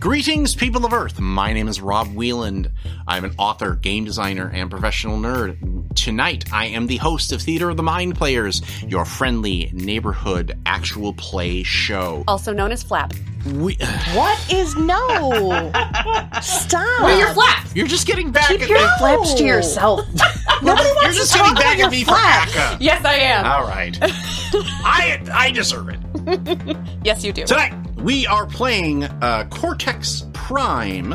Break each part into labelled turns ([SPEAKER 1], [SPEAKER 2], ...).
[SPEAKER 1] Greetings, people of Earth. My name is Rob Wieland. I'm an author, game designer, and professional nerd. Tonight, I am the host of Theater of the Mind Players, your friendly neighborhood actual play show.
[SPEAKER 2] also known as Flap.
[SPEAKER 1] We,
[SPEAKER 3] What is no? Stop.
[SPEAKER 2] Wear your flap.
[SPEAKER 1] you're just getting back
[SPEAKER 3] Keep
[SPEAKER 1] at
[SPEAKER 3] your
[SPEAKER 1] me.
[SPEAKER 3] flaps to yourself. Nobody
[SPEAKER 1] You're
[SPEAKER 3] wants
[SPEAKER 1] just
[SPEAKER 3] to
[SPEAKER 1] getting
[SPEAKER 3] talk about
[SPEAKER 1] back
[SPEAKER 3] your
[SPEAKER 1] at me
[SPEAKER 3] flaps.
[SPEAKER 1] for ACCA.
[SPEAKER 2] Yes, I am.
[SPEAKER 1] All right. I I deserve it.
[SPEAKER 2] yes, you do.
[SPEAKER 1] Tonight, we are playing uh, Cortex Prime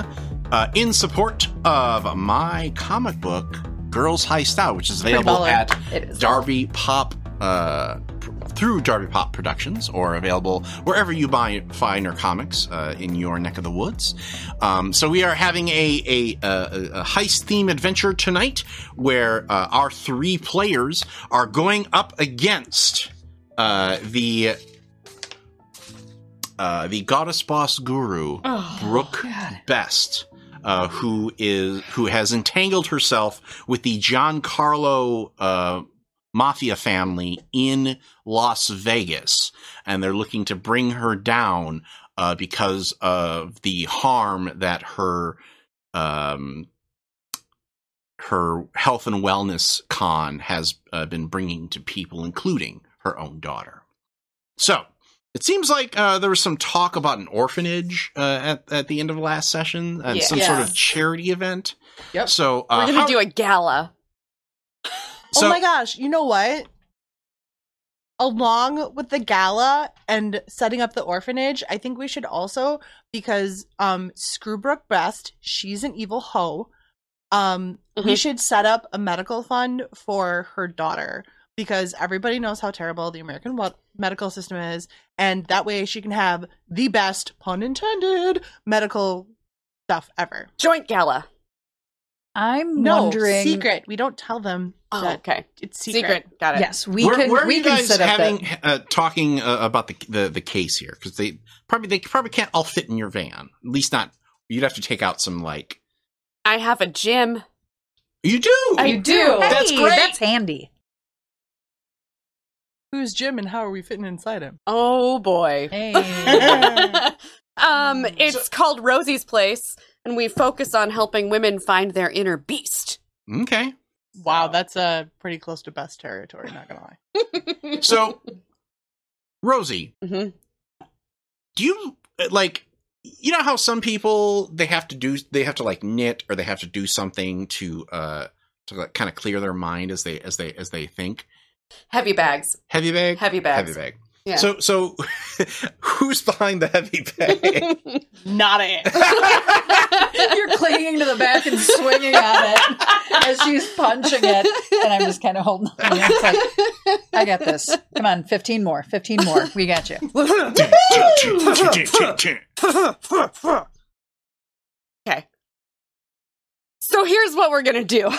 [SPEAKER 1] uh, in support of my comic book, Girls High Style, which is available
[SPEAKER 2] baller.
[SPEAKER 1] at
[SPEAKER 2] It is.
[SPEAKER 1] Darby Pop. Uh, pr- through Darby Pop Productions, or available wherever you buy find your comics uh, in your neck of the woods. Um, so we are having a a, a, a heist theme adventure tonight, where uh, our three players are going up against uh, the uh, the goddess boss guru
[SPEAKER 2] Oh,
[SPEAKER 1] Brooke Best, uh, who is who has entangled herself with the Giancarlo uh, mafia family in Las Vegas, and they're looking to bring her down uh, because of the harm that her um, her health and wellness con has uh, been bringing to people, including her own daughter. So it seems like uh, there was some talk about an orphanage uh, at at the end of last session and some sort of
[SPEAKER 2] Yes.
[SPEAKER 1] charity event.
[SPEAKER 4] Yep.
[SPEAKER 1] So uh,
[SPEAKER 2] We're gonna
[SPEAKER 1] how-
[SPEAKER 2] do a gala.
[SPEAKER 1] so-
[SPEAKER 3] oh my gosh, you know what? Along with the gala and setting up the orphanage, I think we should also because um Screwbrook Best, she's an evil hoe. Um we
[SPEAKER 1] Mm-hmm.
[SPEAKER 2] Mhm.
[SPEAKER 3] should set up a medical fund for her daughter because everybody knows how terrible the American wel- medical system is and that way she can have the best pun intended medical stuff ever.
[SPEAKER 2] Joint gala.
[SPEAKER 4] I'm
[SPEAKER 3] No,
[SPEAKER 4] wondering.
[SPEAKER 3] secret. We don't tell them
[SPEAKER 2] Oh,
[SPEAKER 3] that
[SPEAKER 2] okay.
[SPEAKER 3] it's
[SPEAKER 2] Secret.
[SPEAKER 3] secret.
[SPEAKER 2] Got it.
[SPEAKER 4] Yes, we
[SPEAKER 1] where,
[SPEAKER 4] can.
[SPEAKER 1] where are
[SPEAKER 4] we
[SPEAKER 1] you
[SPEAKER 4] can
[SPEAKER 1] guys
[SPEAKER 4] set up
[SPEAKER 1] having
[SPEAKER 4] that.
[SPEAKER 1] uh, talking uh, about the, the the case here because they probably they probably can't all fit in your van. At least not. You'd have to take out some like
[SPEAKER 2] I have a gym.
[SPEAKER 1] you do.
[SPEAKER 2] I do.
[SPEAKER 1] That's
[SPEAKER 4] Hey,
[SPEAKER 1] great.
[SPEAKER 4] That's handy.
[SPEAKER 3] Who's Jim and how are we fitting inside him?
[SPEAKER 2] Oh boy.
[SPEAKER 4] Hey.
[SPEAKER 2] um, it's called Rosie's Place, and we focus on helping women find their inner beast.
[SPEAKER 1] okay.
[SPEAKER 3] Wow, that's uh, pretty close to best territory, not gonna lie.
[SPEAKER 1] So, Rosie,
[SPEAKER 2] hmm
[SPEAKER 1] do you uh, like? You know how some people they have to do they have to like knit or they have to do something to uh to like, kind of clear their mind as they as they as they think.
[SPEAKER 2] Heavy bags.
[SPEAKER 1] Heavy bag.
[SPEAKER 2] Heavy bags.
[SPEAKER 1] Heavy bag.
[SPEAKER 2] Yeah.
[SPEAKER 1] So so, who's behind the heavy bag?
[SPEAKER 3] Not it.
[SPEAKER 4] You're clinging to the back and swinging at it as she's punching it, and I'm just kind of holding on. It's like, I got this. Come on, fifteen more, fifteen more. We got you.
[SPEAKER 2] okay. So here's what we're gonna do.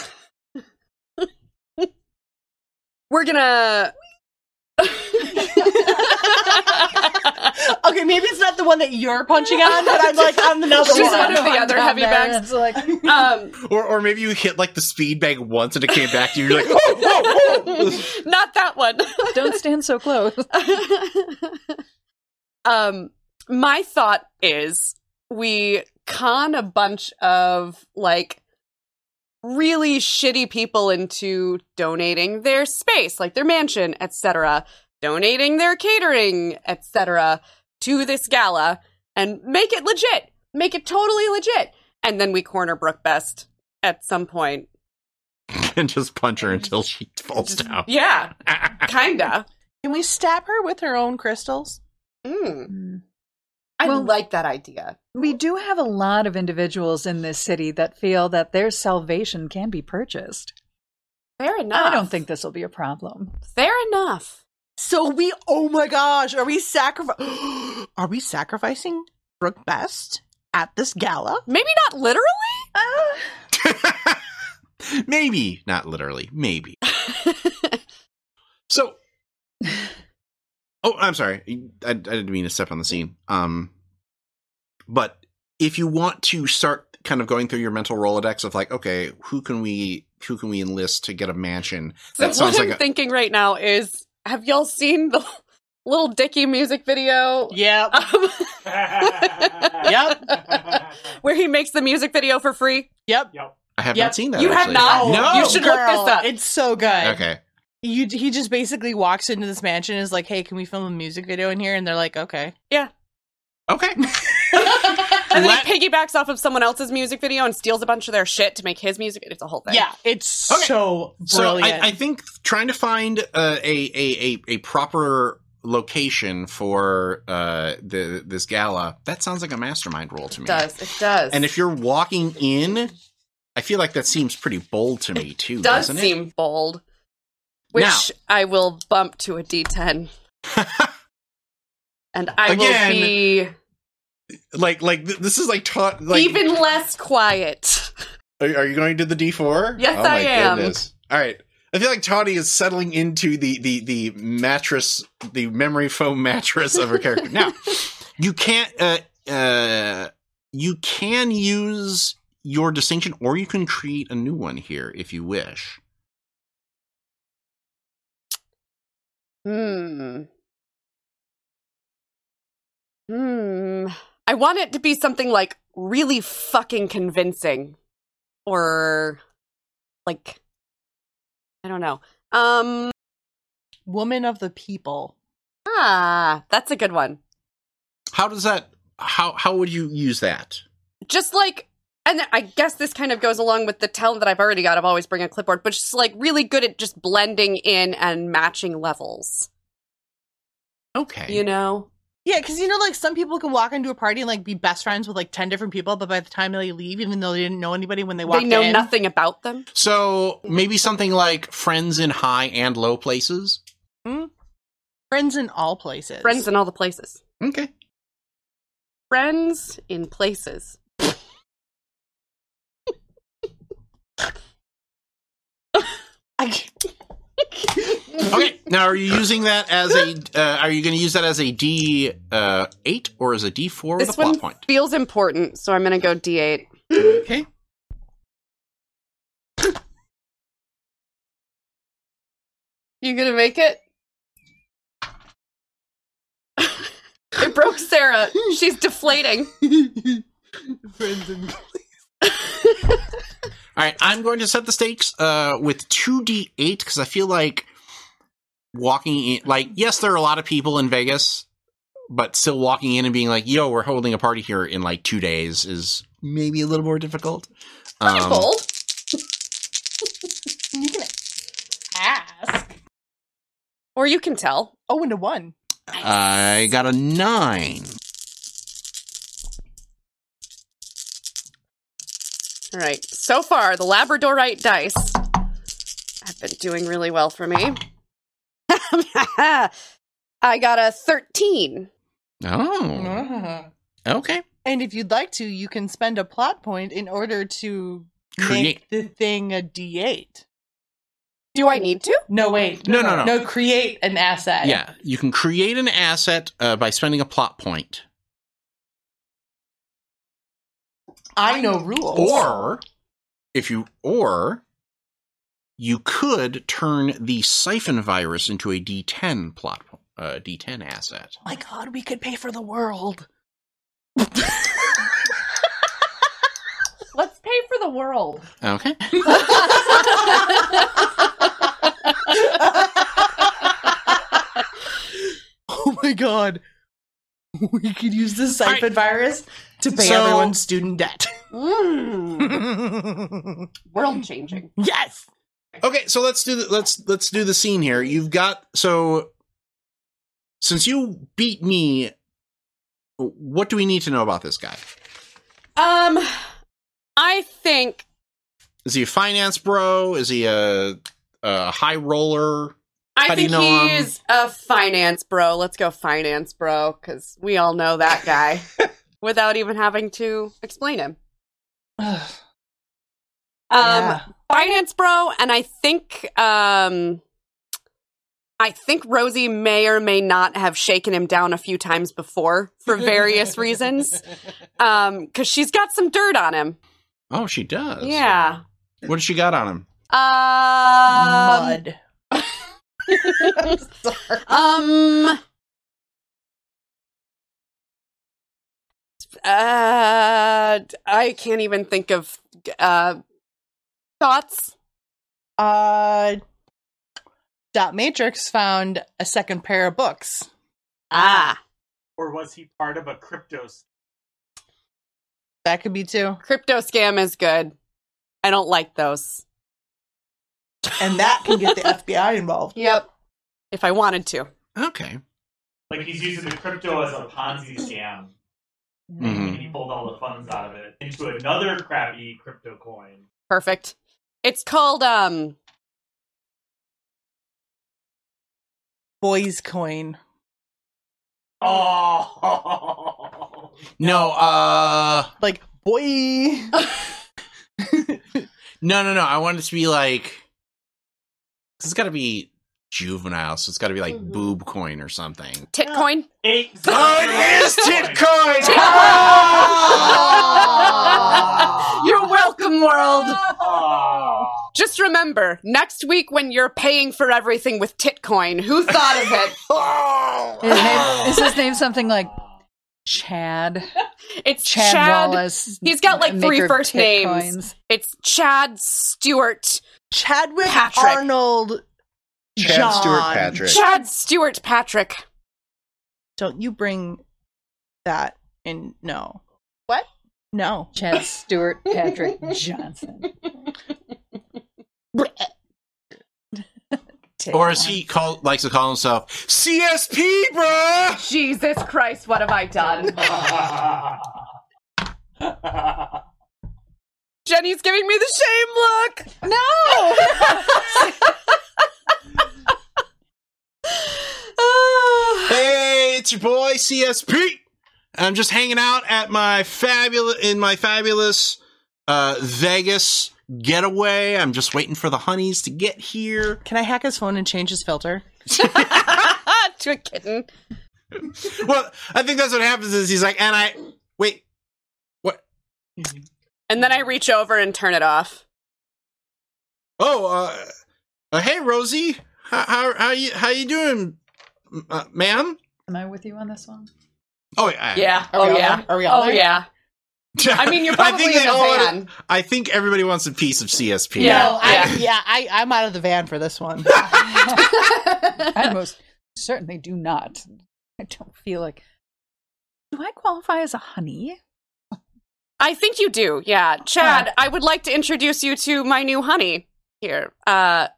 [SPEAKER 2] we're gonna.
[SPEAKER 3] okay, maybe it's not the one that you're punching on, but I'm like on another
[SPEAKER 2] She's
[SPEAKER 3] one.
[SPEAKER 2] one of the other heavy bags.
[SPEAKER 4] It's like
[SPEAKER 2] um,
[SPEAKER 1] Or, or maybe you hit like the speed bag once and it came back to you. You're like, oh, oh, oh.
[SPEAKER 2] not that one.
[SPEAKER 4] don't stand so close.
[SPEAKER 2] um, my thought is we con a bunch of like really shitty people into donating their space, like their mansion, etc., donating their catering, etc., to this gala and make it legit. Make it totally legit. And then we corner Brooke Best at some point.
[SPEAKER 1] and just punch her until she falls down.
[SPEAKER 2] Yeah, kinda.
[SPEAKER 3] Can we stab her with her own crystals?
[SPEAKER 2] Mm.
[SPEAKER 4] Mm.
[SPEAKER 2] I
[SPEAKER 4] Well-
[SPEAKER 2] like that idea.
[SPEAKER 4] We do have a lot of individuals in this city that feel that their salvation can be purchased.
[SPEAKER 2] Fair enough.
[SPEAKER 4] I don't think this will be a problem.
[SPEAKER 2] Fair enough.
[SPEAKER 3] So we, oh my gosh, are we sacrificing? are we sacrificing Brooke Best at this gala?
[SPEAKER 2] Maybe not literally.
[SPEAKER 1] maybe, not literally, maybe. so, oh, I'm sorry. I, I didn't mean to step on the scene. Um, but if you want to start kind of going through your mental Rolodex of like, okay, who can we, who can we enlist to get a mansion?
[SPEAKER 2] So
[SPEAKER 1] That sounds
[SPEAKER 2] what I'm
[SPEAKER 1] like a,
[SPEAKER 2] thinking right now is, have y'all seen the little Dicky music video
[SPEAKER 3] Yep.
[SPEAKER 2] um,
[SPEAKER 3] Yep.
[SPEAKER 2] where he makes the music video for free.
[SPEAKER 3] Yep.
[SPEAKER 1] I have
[SPEAKER 3] Yep.
[SPEAKER 1] not seen that.
[SPEAKER 2] You
[SPEAKER 1] actually.
[SPEAKER 2] have not?
[SPEAKER 1] No.
[SPEAKER 2] You should look this up.
[SPEAKER 3] It's so good.
[SPEAKER 1] Okay.
[SPEAKER 3] You he just basically walks into this mansion and is like, "Hey, can we film a music video in here?" And they're like, "Okay."
[SPEAKER 1] Okay.
[SPEAKER 2] And then
[SPEAKER 1] Let-
[SPEAKER 2] he piggybacks off of someone else's music video and steals a bunch of their shit to make his music. It's a whole thing.
[SPEAKER 3] Yeah, it's
[SPEAKER 1] Okay.
[SPEAKER 3] so
[SPEAKER 1] so
[SPEAKER 3] brilliant.
[SPEAKER 1] I, I think trying to find uh, a, a a a proper location for uh, the this gala that sounds like a mastermind role to me.
[SPEAKER 2] It does. It does.
[SPEAKER 1] And if you're walking in, I feel like that seems pretty bold to me too,
[SPEAKER 2] does
[SPEAKER 1] not
[SPEAKER 2] seem bold, which
[SPEAKER 1] Now-
[SPEAKER 2] I will bump to a D10. and I
[SPEAKER 1] Again,
[SPEAKER 2] will be
[SPEAKER 1] it? Like like th- this is like taught like
[SPEAKER 2] even less quiet.
[SPEAKER 1] Are, are you going to the D four?
[SPEAKER 2] Yes, I am.
[SPEAKER 1] All right. I feel like Toddy is settling into the the the mattress, the memory foam mattress of her character. Now, you can't. Uh, uh, you can use your distinction, or you can create a new one here if you wish.
[SPEAKER 2] Hmm. Hmm. I want it to be something like really fucking convincing or like I don't know. Um
[SPEAKER 3] Woman of the people.
[SPEAKER 2] ah, that's a good one.
[SPEAKER 1] How does that? How how would you use that?
[SPEAKER 2] just like and I guess this kind of goes along with the talent that I've already got of always bringing a clipboard, but just like really good at just blending in and matching levels.
[SPEAKER 1] Okay.
[SPEAKER 2] You know?
[SPEAKER 3] Yeah, because you know, like some people can walk into a party and like be best friends with like ten different people, but by the time they leave, even though they didn't know anybody when they walked
[SPEAKER 2] They know
[SPEAKER 3] in,
[SPEAKER 2] nothing about them.
[SPEAKER 1] so maybe something like friends in high and low places.
[SPEAKER 3] friends in all places.
[SPEAKER 2] Friends in all the places.
[SPEAKER 1] Okay.
[SPEAKER 2] Friends in places.
[SPEAKER 3] I-
[SPEAKER 1] Okay. Now, are you using that as a? Uh, are you going to use that as a D uh, eight or as a D four with a
[SPEAKER 2] This
[SPEAKER 1] plot
[SPEAKER 2] one
[SPEAKER 1] point?
[SPEAKER 2] feels important, so I'm gonna go D eight.
[SPEAKER 1] Okay.
[SPEAKER 2] You gonna make it? it broke Sarah. She's deflating.
[SPEAKER 3] friends in
[SPEAKER 1] All right. I'm going to set the stakes uh, with two D eight because I feel like walking in. Like, yes, there are a lot of people in Vegas, but still walking in and being like, "Yo, we're holding a party here in like two days" is maybe a little more difficult. Um,
[SPEAKER 2] Bold.
[SPEAKER 3] you can ask.
[SPEAKER 2] Or you can tell.
[SPEAKER 3] Oh, into one.
[SPEAKER 1] Um, I got a nine.
[SPEAKER 2] All right. So far, the Labradorite dice have been doing really well for me. I got a 13. Mm-hmm.
[SPEAKER 1] Oh. Okay.
[SPEAKER 3] And if you'd like to, you can spend a plot point in order to
[SPEAKER 1] Create-
[SPEAKER 3] make the thing a D eight.
[SPEAKER 2] Do I need to?
[SPEAKER 3] No, wait.
[SPEAKER 1] No, no, no.
[SPEAKER 3] No, create an asset.
[SPEAKER 1] Yeah, you can create an asset uh, by spending a plot point,
[SPEAKER 3] I know rules.
[SPEAKER 1] or if you or you could turn the siphon virus into a D10 plot po- uh, D10 asset.
[SPEAKER 3] Oh my God, we could pay for the world.
[SPEAKER 2] Let's pay for the world.
[SPEAKER 1] Okay,
[SPEAKER 3] Oh my God. We could use the siphon virus to pay
[SPEAKER 1] So-
[SPEAKER 3] everyone's student debt.
[SPEAKER 2] Mm,
[SPEAKER 3] yes.
[SPEAKER 2] world changing.
[SPEAKER 1] okay. So let's do the, let's let's do the scene here. You've got so since you beat me, what do we need to know about this guy?
[SPEAKER 2] Um, I think
[SPEAKER 1] Is he a finance bro? Is he a, a high roller?
[SPEAKER 2] I
[SPEAKER 1] How do you
[SPEAKER 2] think
[SPEAKER 1] know um, him?
[SPEAKER 2] he's a finance bro. Let's go finance bro because we all know that guy without even having to explain him. Um,
[SPEAKER 3] Yeah.
[SPEAKER 2] finance bro, and I think um, I think Rosie may or may not have shaken him down a few times before for various reasons, um, because she's got some dirt on him.
[SPEAKER 1] Oh, she does.
[SPEAKER 2] yeah.
[SPEAKER 1] What does she got on him?
[SPEAKER 2] Um,
[SPEAKER 3] Mud.
[SPEAKER 2] um, Uh, I can't even think of uh, thoughts.
[SPEAKER 3] Uh, Dot Matrix found a second pair of books.
[SPEAKER 2] Ah,
[SPEAKER 5] Or was he part of a cryptos?
[SPEAKER 3] That could be too.
[SPEAKER 2] crypto scam is good. I don't like those.
[SPEAKER 3] And that can get the FBI involved.
[SPEAKER 2] Yep. If I wanted to.
[SPEAKER 1] Okay.
[SPEAKER 5] Like he's using the crypto as a Ponzi scam, and he pulled all the funds out of it into another crappy crypto coin.
[SPEAKER 2] Perfect. It's called um
[SPEAKER 3] Boys coin.
[SPEAKER 5] Oh,
[SPEAKER 1] No, uh,
[SPEAKER 3] Like, boy.
[SPEAKER 1] no, no, no. I want it to be like, it it's got to be juvenile, so it's got to be like boob coin or something.
[SPEAKER 2] Titcoin.
[SPEAKER 5] eight.
[SPEAKER 2] Oh, You're welcome, world.
[SPEAKER 5] Oh.
[SPEAKER 2] Just remember, next week when you're paying for everything with Titcoin, who thought of it?
[SPEAKER 4] His name, is his name something like Chad?
[SPEAKER 2] It's
[SPEAKER 4] Chad,
[SPEAKER 2] Chad.
[SPEAKER 4] Wallace.
[SPEAKER 2] He's got, like, three
[SPEAKER 4] maker of
[SPEAKER 2] first
[SPEAKER 4] tit
[SPEAKER 2] names.
[SPEAKER 4] coins.
[SPEAKER 2] It's Chad Stewart.
[SPEAKER 3] Chadwick
[SPEAKER 2] Patrick.
[SPEAKER 3] Arnold.
[SPEAKER 6] Chad
[SPEAKER 3] John.
[SPEAKER 6] Stewart Patrick.
[SPEAKER 2] Chad Stewart Patrick.
[SPEAKER 3] Don't you bring that in? No.
[SPEAKER 2] What?
[SPEAKER 3] No.
[SPEAKER 4] Chad Stewart Patrick Johnson. Tit
[SPEAKER 1] Or as
[SPEAKER 4] coin.
[SPEAKER 1] he call, likes to call himself, CSP, bruh!
[SPEAKER 2] Jesus Christ, what have I done? Jenny's giving me the shame look.
[SPEAKER 4] No!
[SPEAKER 1] Hey, it's your boy CSP. I'm just hanging out at my fabulous in my fabulous uh, Vegas getaway. I'm just waiting for the honeys to get here.
[SPEAKER 3] Can I hack his phone and change his filter?
[SPEAKER 2] to a kitten.
[SPEAKER 1] Well, I think that's what happens is he's like, and I wait, what?
[SPEAKER 2] And then I reach over and turn it off.
[SPEAKER 1] Oh, uh, uh hey Rosie, how how, how you how you doing, m- uh, ma'am?
[SPEAKER 4] Am I with you on this one?
[SPEAKER 1] Oh yeah,
[SPEAKER 2] Yeah.
[SPEAKER 3] Are we
[SPEAKER 2] oh
[SPEAKER 3] all
[SPEAKER 2] yeah.
[SPEAKER 3] there? Are we all
[SPEAKER 2] Oh
[SPEAKER 3] there?
[SPEAKER 2] yeah. I mean, you're probably in
[SPEAKER 1] they
[SPEAKER 2] the
[SPEAKER 1] all-
[SPEAKER 2] van.
[SPEAKER 1] I think everybody wants a piece of CSP.
[SPEAKER 2] Yeah.
[SPEAKER 3] No, I,
[SPEAKER 2] Yeah.
[SPEAKER 3] yeah. I, I'm out of the van for this one.
[SPEAKER 4] I most certainly do not. I don't feel like. Do I qualify as a honey?
[SPEAKER 2] I think you do. Yeah, Chad. I would like to introduce you to my new honey here. Uh,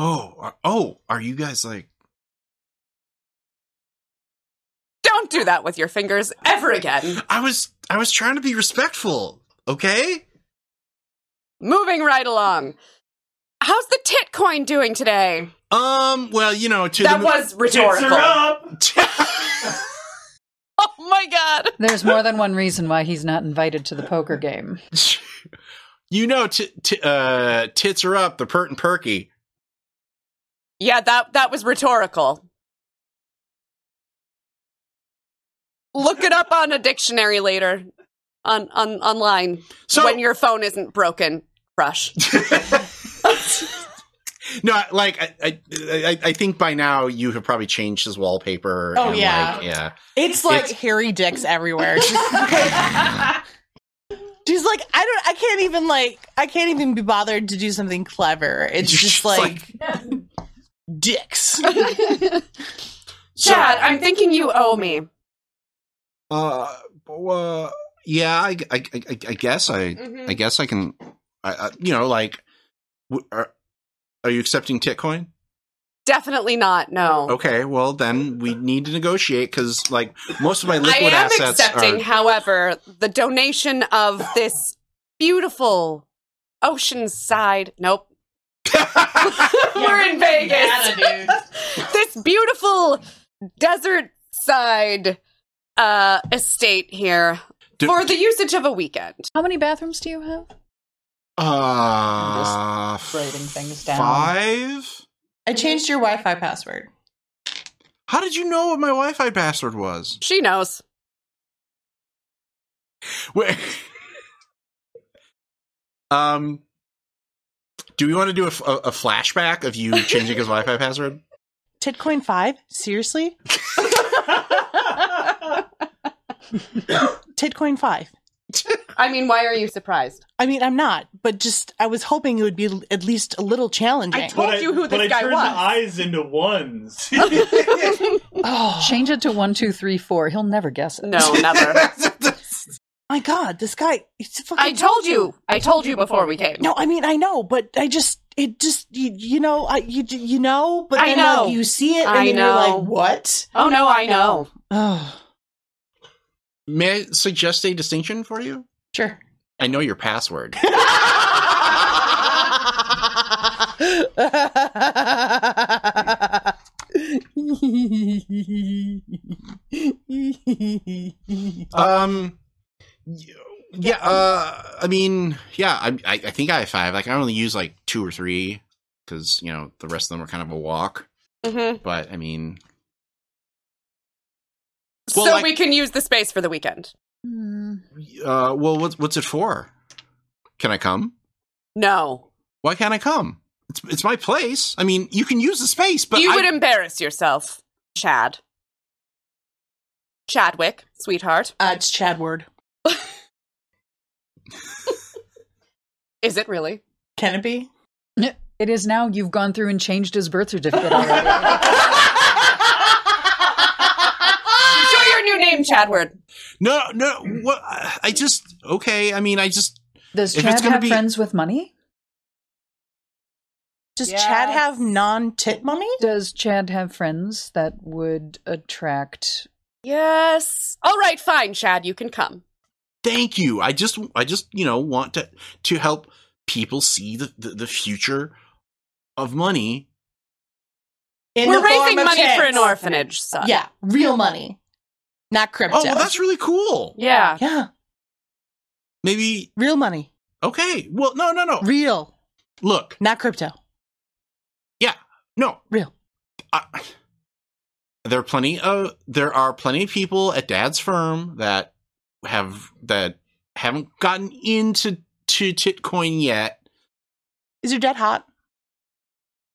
[SPEAKER 1] Oh, are- oh, are you guys like?
[SPEAKER 2] don't do that with your fingers ever again.
[SPEAKER 1] I was I was trying to be respectful, okay?
[SPEAKER 2] Moving right along. How's the tit coin doing today?
[SPEAKER 1] Um, well, you know, to
[SPEAKER 2] That
[SPEAKER 1] the
[SPEAKER 2] was
[SPEAKER 5] Tits
[SPEAKER 2] rhetorical.
[SPEAKER 5] are up.
[SPEAKER 2] Oh my god.
[SPEAKER 4] There's more than one reason why he's not invited to the poker game.
[SPEAKER 1] you know, t- t- uh, tits are up, the pert and perky.
[SPEAKER 2] Yeah, that that was rhetorical. Look it up on a dictionary later, on on online
[SPEAKER 1] So
[SPEAKER 2] when your phone isn't broken. Crush.
[SPEAKER 1] no, like I, I, I, I think by now you have probably changed his wallpaper.
[SPEAKER 3] Oh,
[SPEAKER 1] and,
[SPEAKER 3] yeah.
[SPEAKER 1] like, yeah.
[SPEAKER 3] It's like
[SPEAKER 1] It's-
[SPEAKER 3] hairy dicks everywhere. She's like, she's like, I don't, I can't even like, I can't even be bothered to do something clever. It's just like dicks.
[SPEAKER 1] so,
[SPEAKER 2] Chad, I'm thinking you owe me.
[SPEAKER 1] uh, uh, yeah, I, I, I, I guess I,
[SPEAKER 3] Mm-hmm.
[SPEAKER 1] I guess I can, I, I, you know, like, w- are, are you accepting Titcoin?
[SPEAKER 2] Definitely not. No.
[SPEAKER 1] Okay, well then we need to negotiate because like most of my
[SPEAKER 2] I
[SPEAKER 1] liquid
[SPEAKER 2] am
[SPEAKER 1] assets
[SPEAKER 2] accepting,
[SPEAKER 1] are.
[SPEAKER 2] however, the donation of this beautiful oceanside. Nope. We're in Vegas. this beautiful desert side uh, estate here
[SPEAKER 1] Do-
[SPEAKER 2] for the usage of a weekend.
[SPEAKER 4] How many bathrooms do you have?
[SPEAKER 1] Uh,
[SPEAKER 4] just writing things down.
[SPEAKER 1] Five.
[SPEAKER 3] I changed your Wi-Fi password.
[SPEAKER 1] How did you know what my Wi-Fi password was?
[SPEAKER 2] She knows.
[SPEAKER 1] Wait. um, do we want to do a, f- a- a flashback of you changing his Wi-Fi password?
[SPEAKER 3] Titcoin five? Seriously? Titcoin 5.
[SPEAKER 2] I mean, why are you surprised?
[SPEAKER 3] I mean, I'm not, but just I was hoping it would be l- at least a little challenging.
[SPEAKER 2] I told
[SPEAKER 5] but
[SPEAKER 2] you who
[SPEAKER 5] I,
[SPEAKER 2] this
[SPEAKER 5] but
[SPEAKER 2] guy
[SPEAKER 5] I turned
[SPEAKER 2] was.
[SPEAKER 5] the eyes into ones.
[SPEAKER 3] oh
[SPEAKER 4] Change it to one, two, three, four. He'll never guess it.
[SPEAKER 2] No, never.
[SPEAKER 3] my god, this guy. It's fucking
[SPEAKER 2] I told you. I told you before we came.
[SPEAKER 3] No, I mean I know, but I just it just you, you know I you you know, but
[SPEAKER 2] I
[SPEAKER 3] then
[SPEAKER 2] know.
[SPEAKER 3] like you see it and
[SPEAKER 2] I
[SPEAKER 3] then you're
[SPEAKER 2] know.
[SPEAKER 3] like what?
[SPEAKER 2] Oh no, I know.
[SPEAKER 3] Oh,
[SPEAKER 1] May I suggest a distinction for you?
[SPEAKER 3] sure.
[SPEAKER 1] I know your password.
[SPEAKER 2] Uh,
[SPEAKER 1] um, y- yeah. Uh, I mean, yeah. I I I think I have five. Like I only use like two or three because you know the rest of them are kind of a walk.
[SPEAKER 2] hmm
[SPEAKER 1] But I mean, Well,
[SPEAKER 2] so
[SPEAKER 1] like-
[SPEAKER 2] we can use the space for the weekend.
[SPEAKER 1] uh, well, what's what's it for? Can I come?
[SPEAKER 2] No,
[SPEAKER 1] Why can't I come? It's it's my place. I mean, you can use the space, but
[SPEAKER 2] you
[SPEAKER 1] I-
[SPEAKER 2] would embarrass yourself, Chad. Chadwick, sweetheart.
[SPEAKER 3] Uh, it's Chadward.
[SPEAKER 2] Is it really?
[SPEAKER 3] Can it be?
[SPEAKER 4] It is now. You've gone through and changed his birth certificate already.
[SPEAKER 2] Show your new name, Chadward.
[SPEAKER 1] no no. What I just okay. I mean, I just
[SPEAKER 4] Does
[SPEAKER 1] If it's
[SPEAKER 4] Chad
[SPEAKER 1] gonna
[SPEAKER 4] have
[SPEAKER 1] be-
[SPEAKER 4] friends with money?
[SPEAKER 3] Does
[SPEAKER 4] Yes.
[SPEAKER 3] Chad have non tit money?
[SPEAKER 4] Does Chad have friends that would attract?
[SPEAKER 2] Yes. All right, fine, Chad. You can come.
[SPEAKER 1] thank you. I just I just you know want to to help people see the the, the future of money
[SPEAKER 3] In
[SPEAKER 2] We're
[SPEAKER 3] the form
[SPEAKER 2] raising
[SPEAKER 3] of
[SPEAKER 2] money for
[SPEAKER 3] tits.
[SPEAKER 2] an orphanage, son.
[SPEAKER 3] Yeah, real money, not crypto.
[SPEAKER 1] Oh, well, that's really cool.
[SPEAKER 2] Yeah.
[SPEAKER 3] yeah,
[SPEAKER 1] Maybe
[SPEAKER 3] real money,
[SPEAKER 1] okay. Well, no, no, no.
[SPEAKER 3] real,
[SPEAKER 1] Look,
[SPEAKER 3] not crypto.
[SPEAKER 1] no,
[SPEAKER 3] Real.
[SPEAKER 1] I, there are plenty of there are plenty of people at Dad's firm that have that haven't gotten into to Titcoin yet.
[SPEAKER 3] Is your dad hot?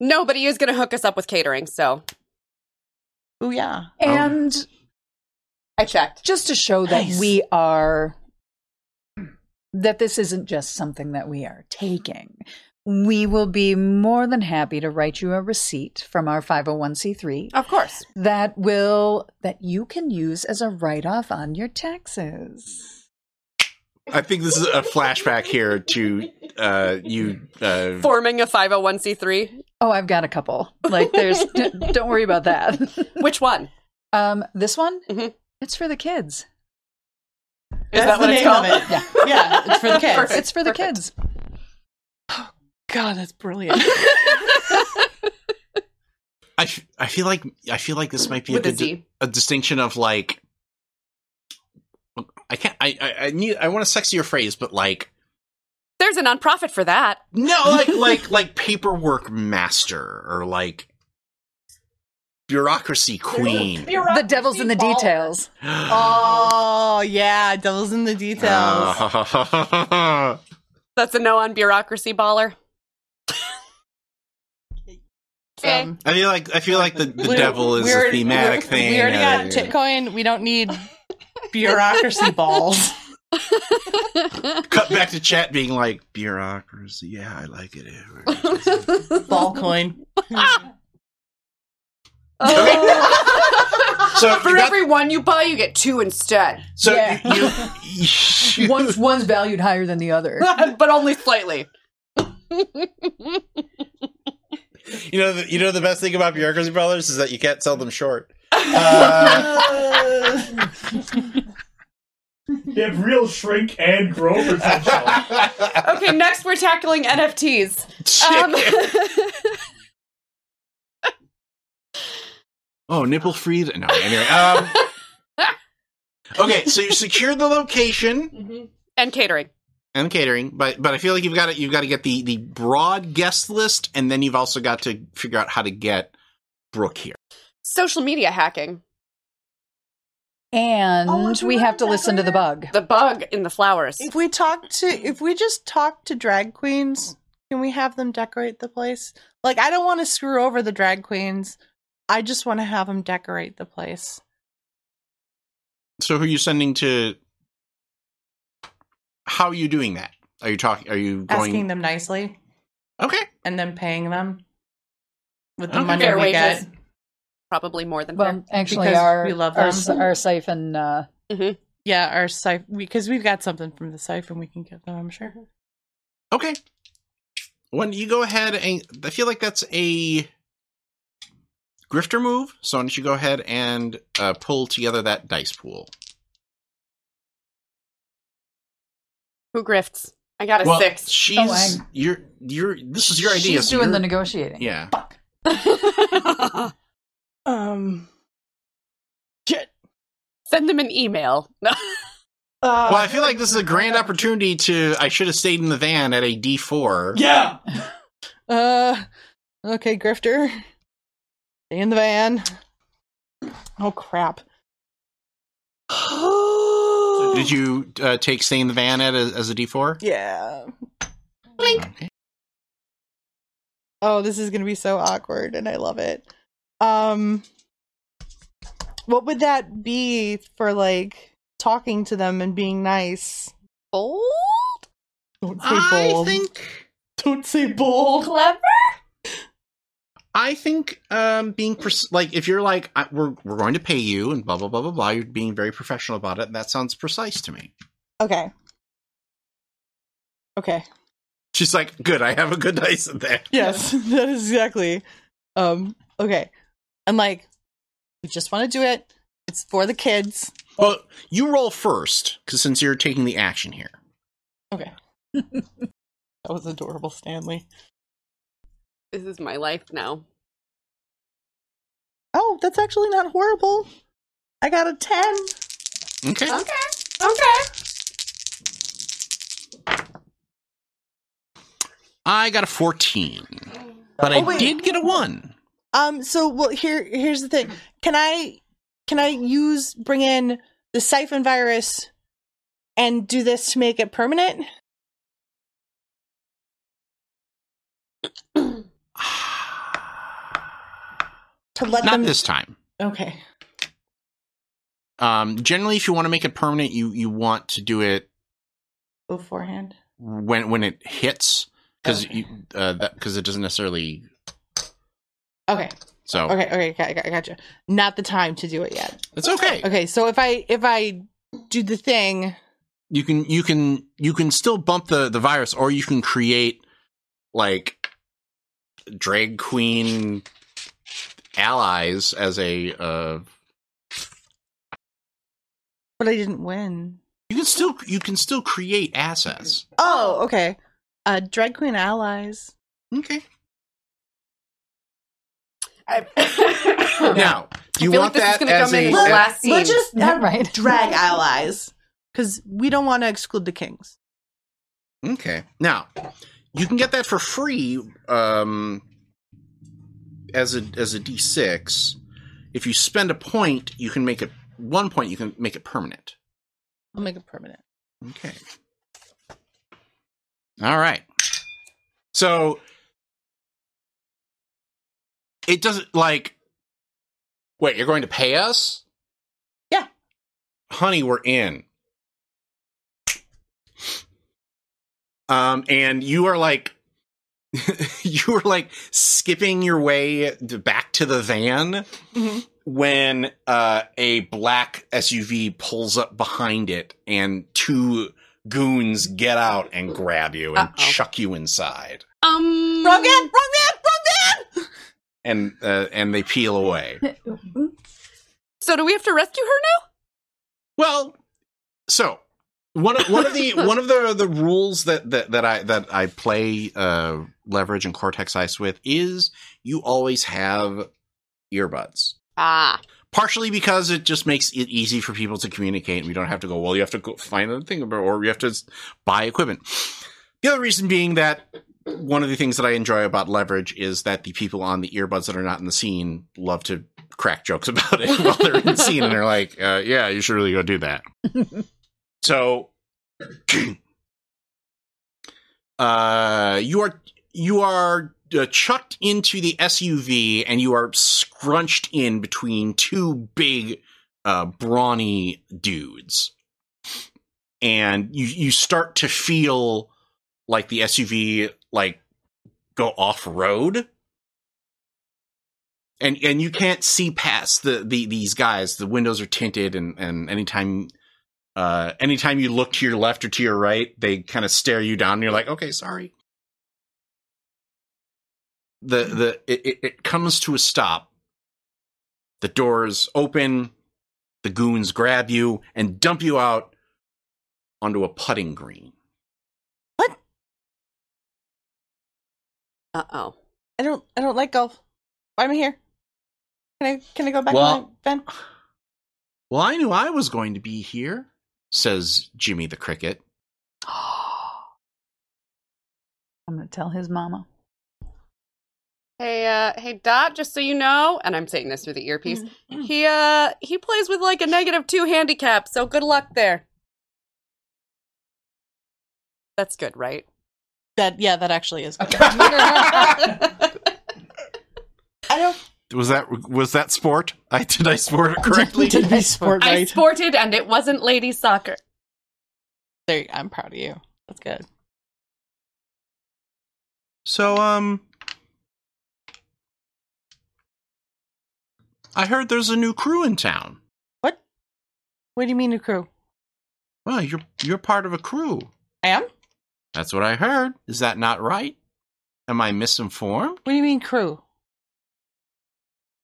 [SPEAKER 2] No, but he is going to hook us up with catering, so
[SPEAKER 3] Oh yeah.
[SPEAKER 4] And
[SPEAKER 2] I checked.
[SPEAKER 4] just to show that
[SPEAKER 3] Nice.
[SPEAKER 4] we are that this isn't just something that we are taking we will be more than happy to write you a receipt from our 501c3
[SPEAKER 2] Of course.
[SPEAKER 4] that will that you can use as a write-off on your taxes
[SPEAKER 1] I think this is a flashback here to uh, you. Uh,
[SPEAKER 2] Forming a 501c3.
[SPEAKER 4] oh i've got a couple like there's d- don't worry about that
[SPEAKER 2] Which one?
[SPEAKER 4] um this one
[SPEAKER 2] Mhm.
[SPEAKER 4] it's for the kids
[SPEAKER 2] Is that what it's called?
[SPEAKER 3] Yeah. yeah, it's for the kids.
[SPEAKER 2] Perfect.
[SPEAKER 4] it's for the
[SPEAKER 2] perfect.
[SPEAKER 4] kids
[SPEAKER 3] God, that's brilliant.
[SPEAKER 1] I f- I feel like I feel like this might be a
[SPEAKER 2] With a
[SPEAKER 1] good di-
[SPEAKER 2] Z.
[SPEAKER 1] a distinction of like I can't I I, I need I want a sexier phrase, but like
[SPEAKER 2] There's a nonprofit for that.
[SPEAKER 1] No, like like like paperwork master or like bureaucracy queen.
[SPEAKER 4] the devil's in the details
[SPEAKER 3] oh yeah, devil's in the details.
[SPEAKER 1] Uh-huh.
[SPEAKER 2] That's a no on bureaucracy baller.
[SPEAKER 3] Um,
[SPEAKER 1] I feel like I feel like the, the
[SPEAKER 3] we-
[SPEAKER 1] devil is
[SPEAKER 3] we
[SPEAKER 1] a
[SPEAKER 3] already-
[SPEAKER 1] thematic
[SPEAKER 3] we-
[SPEAKER 1] thing.
[SPEAKER 3] We already got
[SPEAKER 1] Uh,
[SPEAKER 3] Titcoin. We don't need bureaucracy balls.
[SPEAKER 1] cut back to chat being like bureaucracy. Yeah, I like it.
[SPEAKER 3] Ball coin.
[SPEAKER 2] Oh.
[SPEAKER 1] so
[SPEAKER 2] For
[SPEAKER 1] you got-
[SPEAKER 2] every one you buy, you get two instead,
[SPEAKER 1] so
[SPEAKER 4] Yeah.
[SPEAKER 1] you, you, you-
[SPEAKER 4] one's one's valued higher than the other
[SPEAKER 2] but only slightly.
[SPEAKER 1] you know the, you know the best thing about bureaucracy brothers is that you can't sell them short. Uh,
[SPEAKER 5] they have real shrink and grow potential.
[SPEAKER 2] Okay, next we're tackling NFTs. Um,
[SPEAKER 1] Oh, nipple free. No, anyway. Um, okay, so you secured the location
[SPEAKER 2] and catering.
[SPEAKER 1] and catering, but but I feel like you've got to you've got to get the the broad guest list, and then you've also got to figure out how to get Brooke here.
[SPEAKER 2] Social media hacking.
[SPEAKER 4] and
[SPEAKER 3] Oh, if we
[SPEAKER 4] we
[SPEAKER 3] were
[SPEAKER 4] have to
[SPEAKER 3] in
[SPEAKER 4] listen to the bug
[SPEAKER 2] The bug in the flowers.
[SPEAKER 3] If we talk to, if we just talk to drag queens, can we have them decorate the place? Like, I don't want to screw over the drag queens. I just want to have them decorate the place.
[SPEAKER 1] So who are you sending to? How are you doing that? Are you talking? Are you going?
[SPEAKER 3] Asking them nicely
[SPEAKER 1] Okay.
[SPEAKER 3] and then paying them with the
[SPEAKER 1] Okay.
[SPEAKER 3] money
[SPEAKER 2] Fair
[SPEAKER 3] we
[SPEAKER 2] wages.
[SPEAKER 3] get.
[SPEAKER 2] Probably more than fair.
[SPEAKER 4] Well, actually,
[SPEAKER 3] Because
[SPEAKER 4] our
[SPEAKER 3] we love
[SPEAKER 4] our,
[SPEAKER 3] them.
[SPEAKER 4] s- our siphon. Uh,
[SPEAKER 3] Yeah, our siphon because we've got something from the siphon we can give them. I'm sure.
[SPEAKER 1] Okay. When you go ahead and I feel like that's a grifter move, so why don't you go ahead and uh, pull together that dice pool?
[SPEAKER 2] Who grifts? I got a six.
[SPEAKER 1] she's
[SPEAKER 4] Oh, I-
[SPEAKER 1] you're you're this is your idea.
[SPEAKER 4] She's
[SPEAKER 1] so
[SPEAKER 4] doing the
[SPEAKER 1] you're-
[SPEAKER 4] negotiating.
[SPEAKER 1] yeah.
[SPEAKER 4] Fuck.
[SPEAKER 3] Um. Shit.
[SPEAKER 2] Send them an email. No.
[SPEAKER 3] Uh,
[SPEAKER 1] Well, I feel like this is a grand opportunity to. I should have stayed in the van at a D four.
[SPEAKER 5] Yeah.
[SPEAKER 3] Uh, okay, Grifter. Stay in the van. Oh crap.
[SPEAKER 1] Did you uh, take stay in the van at a, as a D four?
[SPEAKER 3] Yeah.
[SPEAKER 1] Okay.
[SPEAKER 3] Oh, this is gonna be so awkward, and I love it. Um, what would that be for? Like talking to them and being nice.
[SPEAKER 2] Bold?
[SPEAKER 3] Don't say
[SPEAKER 1] I
[SPEAKER 3] bold.
[SPEAKER 1] think
[SPEAKER 3] Don't say bold.
[SPEAKER 4] Clever.
[SPEAKER 1] I think um, being pers- like if you're like I, we're we're going to pay you and blah blah blah blah blah, you're being very professional about it, and that sounds precise to me.
[SPEAKER 3] Okay. Okay.
[SPEAKER 1] She's like, good, I have a good dice in there.
[SPEAKER 3] Yes, that is exactly. Um, okay. I'm like, we just want to do it. It's for the kids.
[SPEAKER 1] Well, you roll first, because since you're taking the action here,
[SPEAKER 3] Okay. that was adorable, Stanley.
[SPEAKER 2] This is my life now.
[SPEAKER 3] Oh, that's actually not horrible. I got a 10.
[SPEAKER 1] okay.
[SPEAKER 2] Okay. Okay.
[SPEAKER 1] I got a fourteen, but I
[SPEAKER 3] Oh, wait.
[SPEAKER 1] did get a one.
[SPEAKER 3] Um, so well here here's the thing. Can I can I use bring in the siphon virus and do this to make it permanent? To let
[SPEAKER 1] Not
[SPEAKER 3] them
[SPEAKER 1] this time.
[SPEAKER 3] Okay.
[SPEAKER 1] Um, generally, if you want to make it permanent, you you want to do it
[SPEAKER 3] Beforehand.
[SPEAKER 1] when when it hits, because
[SPEAKER 3] Okay.
[SPEAKER 1] because it doesn't necessarily.
[SPEAKER 3] Okay.
[SPEAKER 1] So
[SPEAKER 3] Okay, okay, okay, I got- I gotcha. Not the time to do it yet.
[SPEAKER 1] it's okay.
[SPEAKER 3] Okay, so if I if I do the thing,
[SPEAKER 1] you can you can you can still bump the the virus or you can create like drag queen allies as a uh
[SPEAKER 3] but I didn't win.
[SPEAKER 1] you can still you can still create assets
[SPEAKER 3] Oh, okay. Uh, drag queen allies.
[SPEAKER 1] okay
[SPEAKER 2] I-
[SPEAKER 1] now do you
[SPEAKER 2] I feel like
[SPEAKER 1] want
[SPEAKER 2] this is
[SPEAKER 1] that
[SPEAKER 2] gonna
[SPEAKER 1] as
[SPEAKER 2] come in
[SPEAKER 1] a
[SPEAKER 2] the last scene.
[SPEAKER 3] Let's just
[SPEAKER 4] Yeah,
[SPEAKER 3] have
[SPEAKER 4] right.
[SPEAKER 3] drag allies because we don't want to exclude the kings.
[SPEAKER 1] okay now you can get that for free um as a as a d6 if you spend a point you can make it one point you can make it permanent
[SPEAKER 3] I'll make it permanent.
[SPEAKER 1] Okay. All right. So it doesn't like wait, you're going to pay us?
[SPEAKER 3] Yeah.
[SPEAKER 1] Honey, we're in. Um and you are like you are like skipping your way back to the van
[SPEAKER 3] Mhm.
[SPEAKER 1] when uh, a black SUV pulls up behind it and two goons get out and grab you and
[SPEAKER 2] Uh-oh.
[SPEAKER 1] chuck you inside
[SPEAKER 2] um.
[SPEAKER 3] Wrong end, wrong end, wrong end.
[SPEAKER 1] and uh, and they peel away.
[SPEAKER 2] So do we have to rescue her
[SPEAKER 1] Well, so one of, one of the one of the the rules that that, that I that I play uh, leverage and cortex ice with is you always have earbuds.
[SPEAKER 2] now? Ah.
[SPEAKER 1] partially because it just makes it easy for people to communicate and we don't have to go well you have to go find a thing about or you have to s- buy equipment the other reason being that one of the things that i enjoy about leverage is that the people on the earbuds that are not in the scene love to crack jokes about it while they're in the scene and they're like uh, yeah you should really go do that so uh you are you are uh, chucked into the SUV and you are scrunched in between two big uh, brawny dudes, and you you start to feel like the SUV like go off road, and and you can't see past the, the these guys. The windows are tinted, and and anytime. Uh, anytime you look to your left or to your right, they kind of stare you down, and you're like, "Okay, sorry." the the it, it- it comes to a stop. The doors open, the goons grab you and dump you out onto a putting green.
[SPEAKER 2] Uh oh.
[SPEAKER 3] I don't I don't like golf. Why am I here? Can I can I go back
[SPEAKER 1] Well-
[SPEAKER 3] to my van?
[SPEAKER 1] Well, I knew I was going to be here, says Jimmy the cricket.
[SPEAKER 4] I'm going to tell his mama.
[SPEAKER 2] Hey, uh, hey, Dot. Just so you know, and I'm saying this through the earpiece. He, uh, he plays with like a negative two handicap. So good luck there. That's good, right?
[SPEAKER 3] That yeah, that actually is. Good. I don't
[SPEAKER 1] Was that was that sport? I did I sport it correctly?
[SPEAKER 4] Did we sport
[SPEAKER 2] I
[SPEAKER 4] right?
[SPEAKER 2] sported, and it wasn't ladies soccer.
[SPEAKER 3] there you- I'm proud of you. That's good.
[SPEAKER 1] so um I heard there's a new crew in town.
[SPEAKER 3] What? What do you mean a crew?
[SPEAKER 1] Well, you're you're part of a crew.
[SPEAKER 3] I am?
[SPEAKER 1] That's what I heard. Is that not right? Am I misinformed?
[SPEAKER 3] What do you mean crew?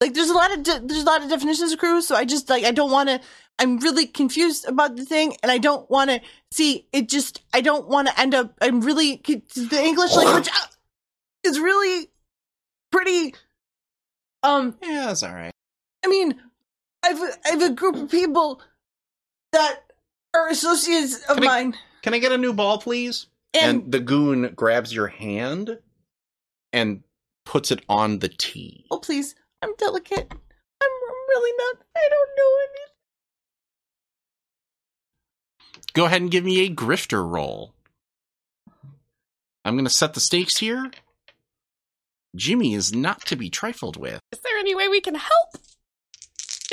[SPEAKER 3] Like there's a lot of de- there's a lot of definitions of crew, so I just like I don't want to. I'm really confused about the thing, and I don't want to see it. Just I don't want to end up. I'm really the English language uh, is really pretty. Um,
[SPEAKER 1] Yeah, that's all right.
[SPEAKER 3] I mean, I've I've a group of people that are associates of
[SPEAKER 1] Can I-
[SPEAKER 3] mine.
[SPEAKER 1] Can I get a new ball, please? And, the goon grabs your hand and puts it on the tee.
[SPEAKER 3] Oh, please. I'm delicate. I'm I'm really not. I don't know anything.
[SPEAKER 1] Go ahead and give me a grifter roll. I'm going to set the stakes here. Jimmy is not to be trifled with.
[SPEAKER 2] Is there any way we can help?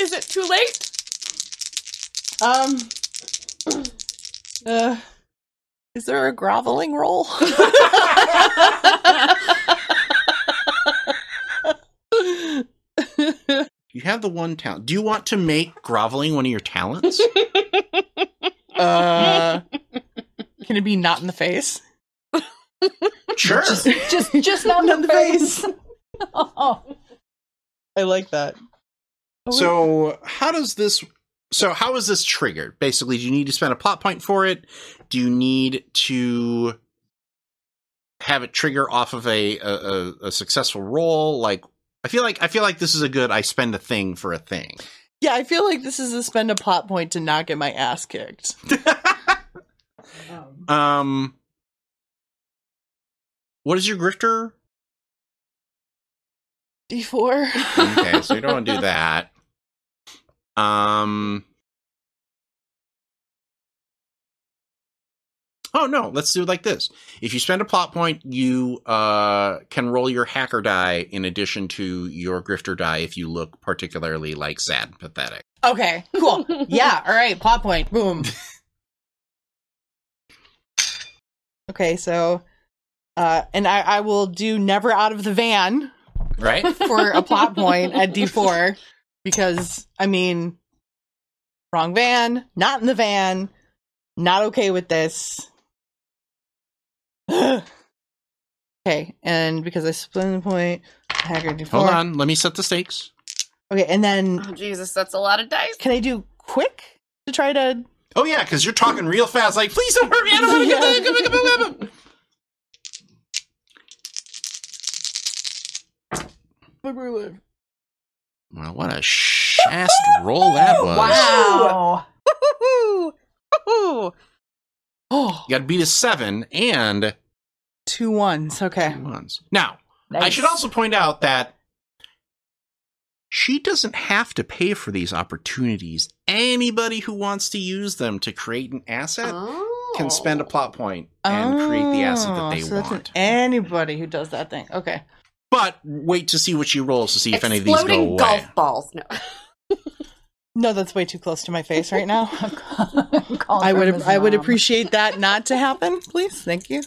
[SPEAKER 2] Is it too late?
[SPEAKER 3] Um. Uh, is there a groveling roll?
[SPEAKER 1] You have the one talent. Do you want to make groveling one of your talents?
[SPEAKER 3] uh, can it be not in the face?
[SPEAKER 1] sure.
[SPEAKER 4] just just not in the face. oh,
[SPEAKER 3] I like that.
[SPEAKER 1] So how does this? So how is this triggered? Basically, do you need to spend a plot point for it? Do you need to have it trigger off of a a, a, a successful roll? Like, I feel like I feel like this is a good. I spend a thing for a thing.
[SPEAKER 3] Yeah, I feel like this is a spend a plot point to not get my ass kicked.
[SPEAKER 1] Um, what is your grifter?
[SPEAKER 3] D4.
[SPEAKER 1] Okay, so you don't want to do that. Um. Oh no, let's do it like this. If you spend a plot point, you uh, can roll your hacker die in addition to your grifter die if you look particularly like sad and pathetic.
[SPEAKER 3] Okay, cool. Yeah, all right, plot point. Boom. okay, so uh and I, I will do never out of the van
[SPEAKER 1] Right?
[SPEAKER 3] for a plot point at D4 because I mean wrong van, not in the van, not okay with this. okay, and because I split the point, hacker D4.
[SPEAKER 1] Hold on, let me set the stakes.
[SPEAKER 3] Okay, and then
[SPEAKER 2] Oh Jesus, that's a lot of dice.
[SPEAKER 3] can I do quick to try to
[SPEAKER 1] Oh yeah, because you're talking real fast. Like, please don't hurt me. I don't want to get
[SPEAKER 3] Yeah.
[SPEAKER 1] get- get- get- get- get-
[SPEAKER 3] my ruler?
[SPEAKER 1] Well, what a shast roll Oh, that was.
[SPEAKER 4] wow.
[SPEAKER 2] Woohoo! Woohoo!
[SPEAKER 3] Oh,
[SPEAKER 1] You got to beat a seven and
[SPEAKER 3] two ones. Okay.
[SPEAKER 1] ones. Now, I
[SPEAKER 4] Nice.
[SPEAKER 1] should also point out that she doesn't have to pay for these opportunities. Anybody who wants to use them to create an asset
[SPEAKER 2] Oh.
[SPEAKER 1] can spend a plot point and create the asset that they
[SPEAKER 3] Oh, so that's an-
[SPEAKER 1] want.
[SPEAKER 3] Anybody who does that thing. Okay.
[SPEAKER 1] But wait to see what she rolls to see if any of these go
[SPEAKER 2] Exploding
[SPEAKER 1] away.
[SPEAKER 2] golf balls. No.
[SPEAKER 3] No, that's way too close to my face right now.
[SPEAKER 4] I'm calling
[SPEAKER 3] I
[SPEAKER 4] from
[SPEAKER 3] would
[SPEAKER 4] his
[SPEAKER 3] I would
[SPEAKER 4] mom.
[SPEAKER 3] appreciate that not to happen, please. Thank you.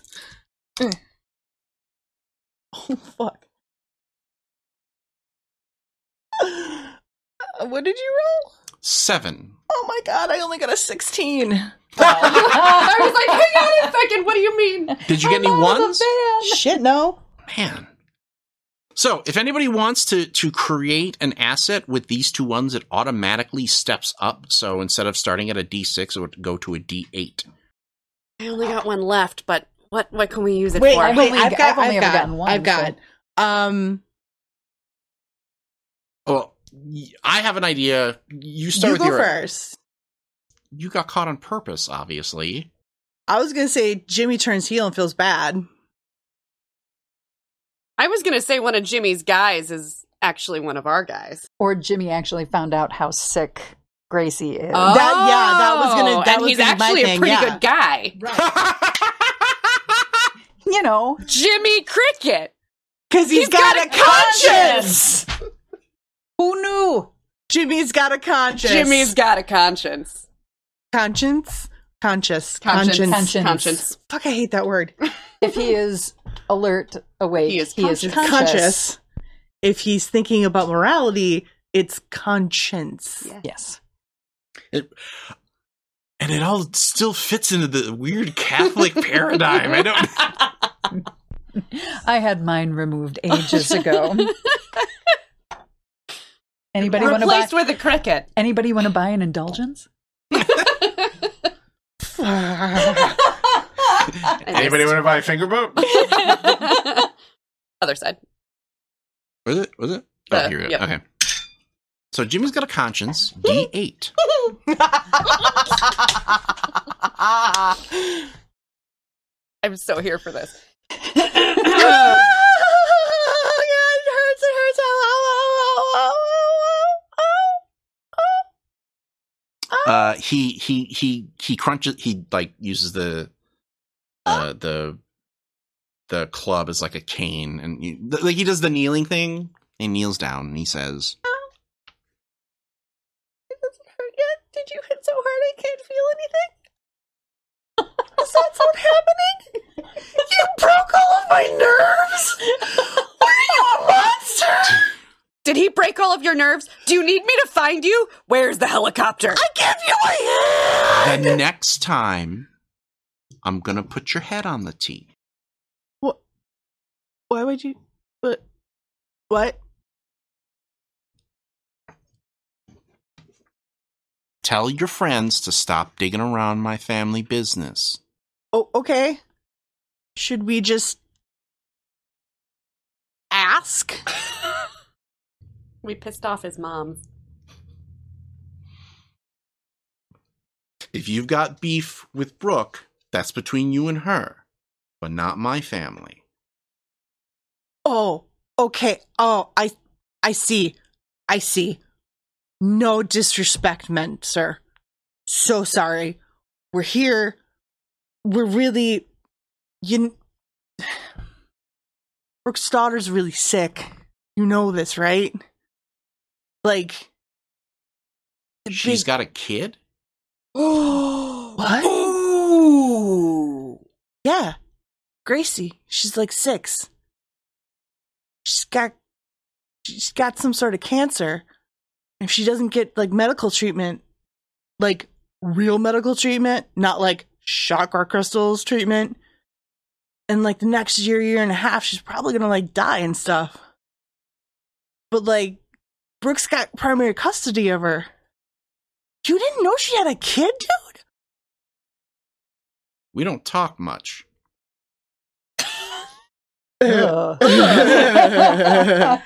[SPEAKER 3] Oh fuck. Uh, What did you roll?
[SPEAKER 1] Seven.
[SPEAKER 3] Oh my god, I only got a 16.
[SPEAKER 2] I was like, hang on a second. What do you mean?
[SPEAKER 1] Did you get any ones?
[SPEAKER 3] Shit, no.
[SPEAKER 1] Man. So, if anybody wants to to create an asset with these two ones, it automatically steps up. So instead of starting at a D6, it would go to a D8.
[SPEAKER 2] I only got one left, but what what can we use it
[SPEAKER 3] Wait,
[SPEAKER 2] for?
[SPEAKER 3] wait,
[SPEAKER 4] I've only-
[SPEAKER 3] I've got
[SPEAKER 4] I've only
[SPEAKER 3] I've
[SPEAKER 4] ever
[SPEAKER 3] got
[SPEAKER 4] gotten one,
[SPEAKER 3] I've got um
[SPEAKER 1] Well, Oh, y- I have an idea. You start
[SPEAKER 3] you
[SPEAKER 1] with
[SPEAKER 3] go
[SPEAKER 1] your.
[SPEAKER 3] first.
[SPEAKER 1] You got caught on purpose, obviously.
[SPEAKER 3] I was going to say Jimmy turns heel and feels bad.
[SPEAKER 2] I was gonna say one of Jimmy's guys is actually one of our guys.
[SPEAKER 4] Or Jimmy actually found out how sick Gracie is.
[SPEAKER 3] Oh. That- yeah, that was gonna- that
[SPEAKER 2] Oh, and
[SPEAKER 3] was
[SPEAKER 2] he's
[SPEAKER 3] gonna be my
[SPEAKER 2] actually a
[SPEAKER 3] thing,
[SPEAKER 2] pretty
[SPEAKER 3] yeah.
[SPEAKER 2] good guy,
[SPEAKER 4] you know,
[SPEAKER 2] Jimmy Cricket.
[SPEAKER 3] Cuz
[SPEAKER 2] He's got got a a conscience!
[SPEAKER 4] who knew?
[SPEAKER 3] Jimmy's got a conscience.
[SPEAKER 2] Jimmy's got a conscience.
[SPEAKER 3] conscience. Conscious.
[SPEAKER 2] Conscience.
[SPEAKER 3] conscience.
[SPEAKER 4] Conscience.
[SPEAKER 2] Conscience.
[SPEAKER 3] Fuck, I hate that word.
[SPEAKER 4] If he is alert, awake,
[SPEAKER 2] He is
[SPEAKER 4] conscious.
[SPEAKER 3] conscious. If he's thinking about morality, it's conscience.
[SPEAKER 4] Yes.
[SPEAKER 1] and it all still fits into the weird Catholic paradigm. I don't.
[SPEAKER 4] I had mine removed ages ago. anybody want to buy?
[SPEAKER 2] Replaced with a cricket.
[SPEAKER 4] Anybody want to buy an indulgence?
[SPEAKER 1] Anybody want to buy a finger boat?
[SPEAKER 2] Other side.
[SPEAKER 1] Was it? Was it? Oh,
[SPEAKER 2] Uh,
[SPEAKER 1] here we go.
[SPEAKER 2] yep.
[SPEAKER 1] Okay. So Jimmy's got a conscience. D eight.
[SPEAKER 2] I'm so here for this.
[SPEAKER 1] Uh, he he he he crunches. He like uses the uh the the club as like a cane, and you, th- like he does the kneeling thing. He kneels down and he says,
[SPEAKER 3] Did you hit so hard I can't feel anything? Is that what's happening? You broke all of my nerves. Were you a monster?
[SPEAKER 2] Did he break all of your nerves? Do you need me to find you? Where's the helicopter?
[SPEAKER 3] I give you my hand.
[SPEAKER 1] "The next time, I'm gonna put your head on the tee."
[SPEAKER 3] Why would you? What? What?
[SPEAKER 1] Tell your friends to stop digging around my family business.
[SPEAKER 3] Oh, okay. Should we just ask?
[SPEAKER 2] We pissed off his mom.
[SPEAKER 1] If you've got beef with Brooke, that's between you and her, but not my family.
[SPEAKER 3] Oh, okay. Oh, I, I see. I see. No disrespect meant, sir. So sorry. We're here. We're really, you. kn- Brooke's daughter's really sick. You know this, right? Like, the
[SPEAKER 1] She's
[SPEAKER 3] big-
[SPEAKER 1] got a kid?
[SPEAKER 3] what? Yeah. Gracie. She's like six. She's got she's got some sort of cancer. If she doesn't get like medical treatment, like real medical treatment, not like chakra crystals treatment. And like the next year, year and a half, she's probably gonna like die and stuff. But like Brooks got primary custody of her. You didn't know she had a kid, dude?
[SPEAKER 1] We don't talk much.
[SPEAKER 4] Ugh.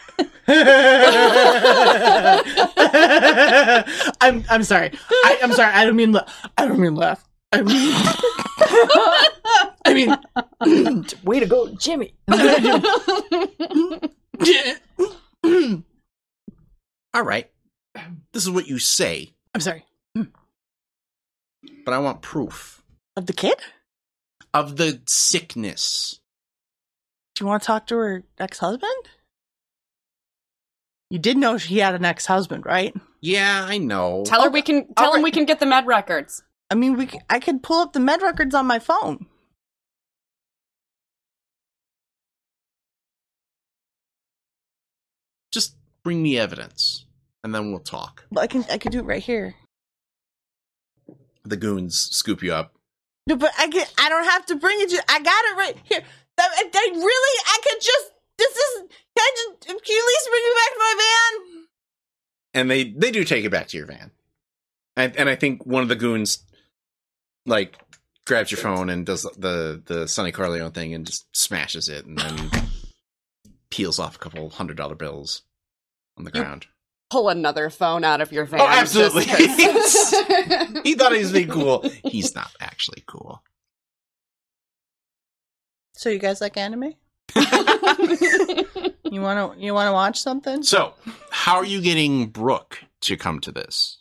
[SPEAKER 3] I'm I'm sorry. I, I'm sorry. I don't mean la- I don't mean laugh. I mean I mean
[SPEAKER 4] Way to go, Jimmy.
[SPEAKER 1] All right. This is what you say,
[SPEAKER 3] I'm sorry.
[SPEAKER 1] but I want proof
[SPEAKER 3] Of the kid?
[SPEAKER 1] of the sickness.
[SPEAKER 3] Do you want to talk to her ex husband? You did know he had an ex husband, right?
[SPEAKER 1] Yeah, I know.
[SPEAKER 2] Tell her we can tell
[SPEAKER 3] Alright.
[SPEAKER 2] him we can get the med records.
[SPEAKER 3] I mean, we c- I could pull up the med records on my phone.
[SPEAKER 1] Just bring me evidence, and then we'll talk.
[SPEAKER 3] Well, I can I could do it right here.
[SPEAKER 1] The goons scoop you up.
[SPEAKER 3] No, but I can I don't have to bring it. To, I got it right here. That, I- I really, I could just. This is. Can, I just, can you at least bring me back to my van?
[SPEAKER 1] and they they do take it back to your van and and i think one of the goons like grabs your phone and does the the sonny carleone thing and just smashes it and then peels off a couple hundred dollar bills on the
[SPEAKER 2] You-
[SPEAKER 1] ground
[SPEAKER 2] Pull another phone out of your van.
[SPEAKER 1] Oh, absolutely.
[SPEAKER 2] just 'cause.
[SPEAKER 1] he thought he was being cool he's not actually cool
[SPEAKER 3] So you guys like anime? You wanna you wanna watch something?
[SPEAKER 1] so how are you getting brooke to come to this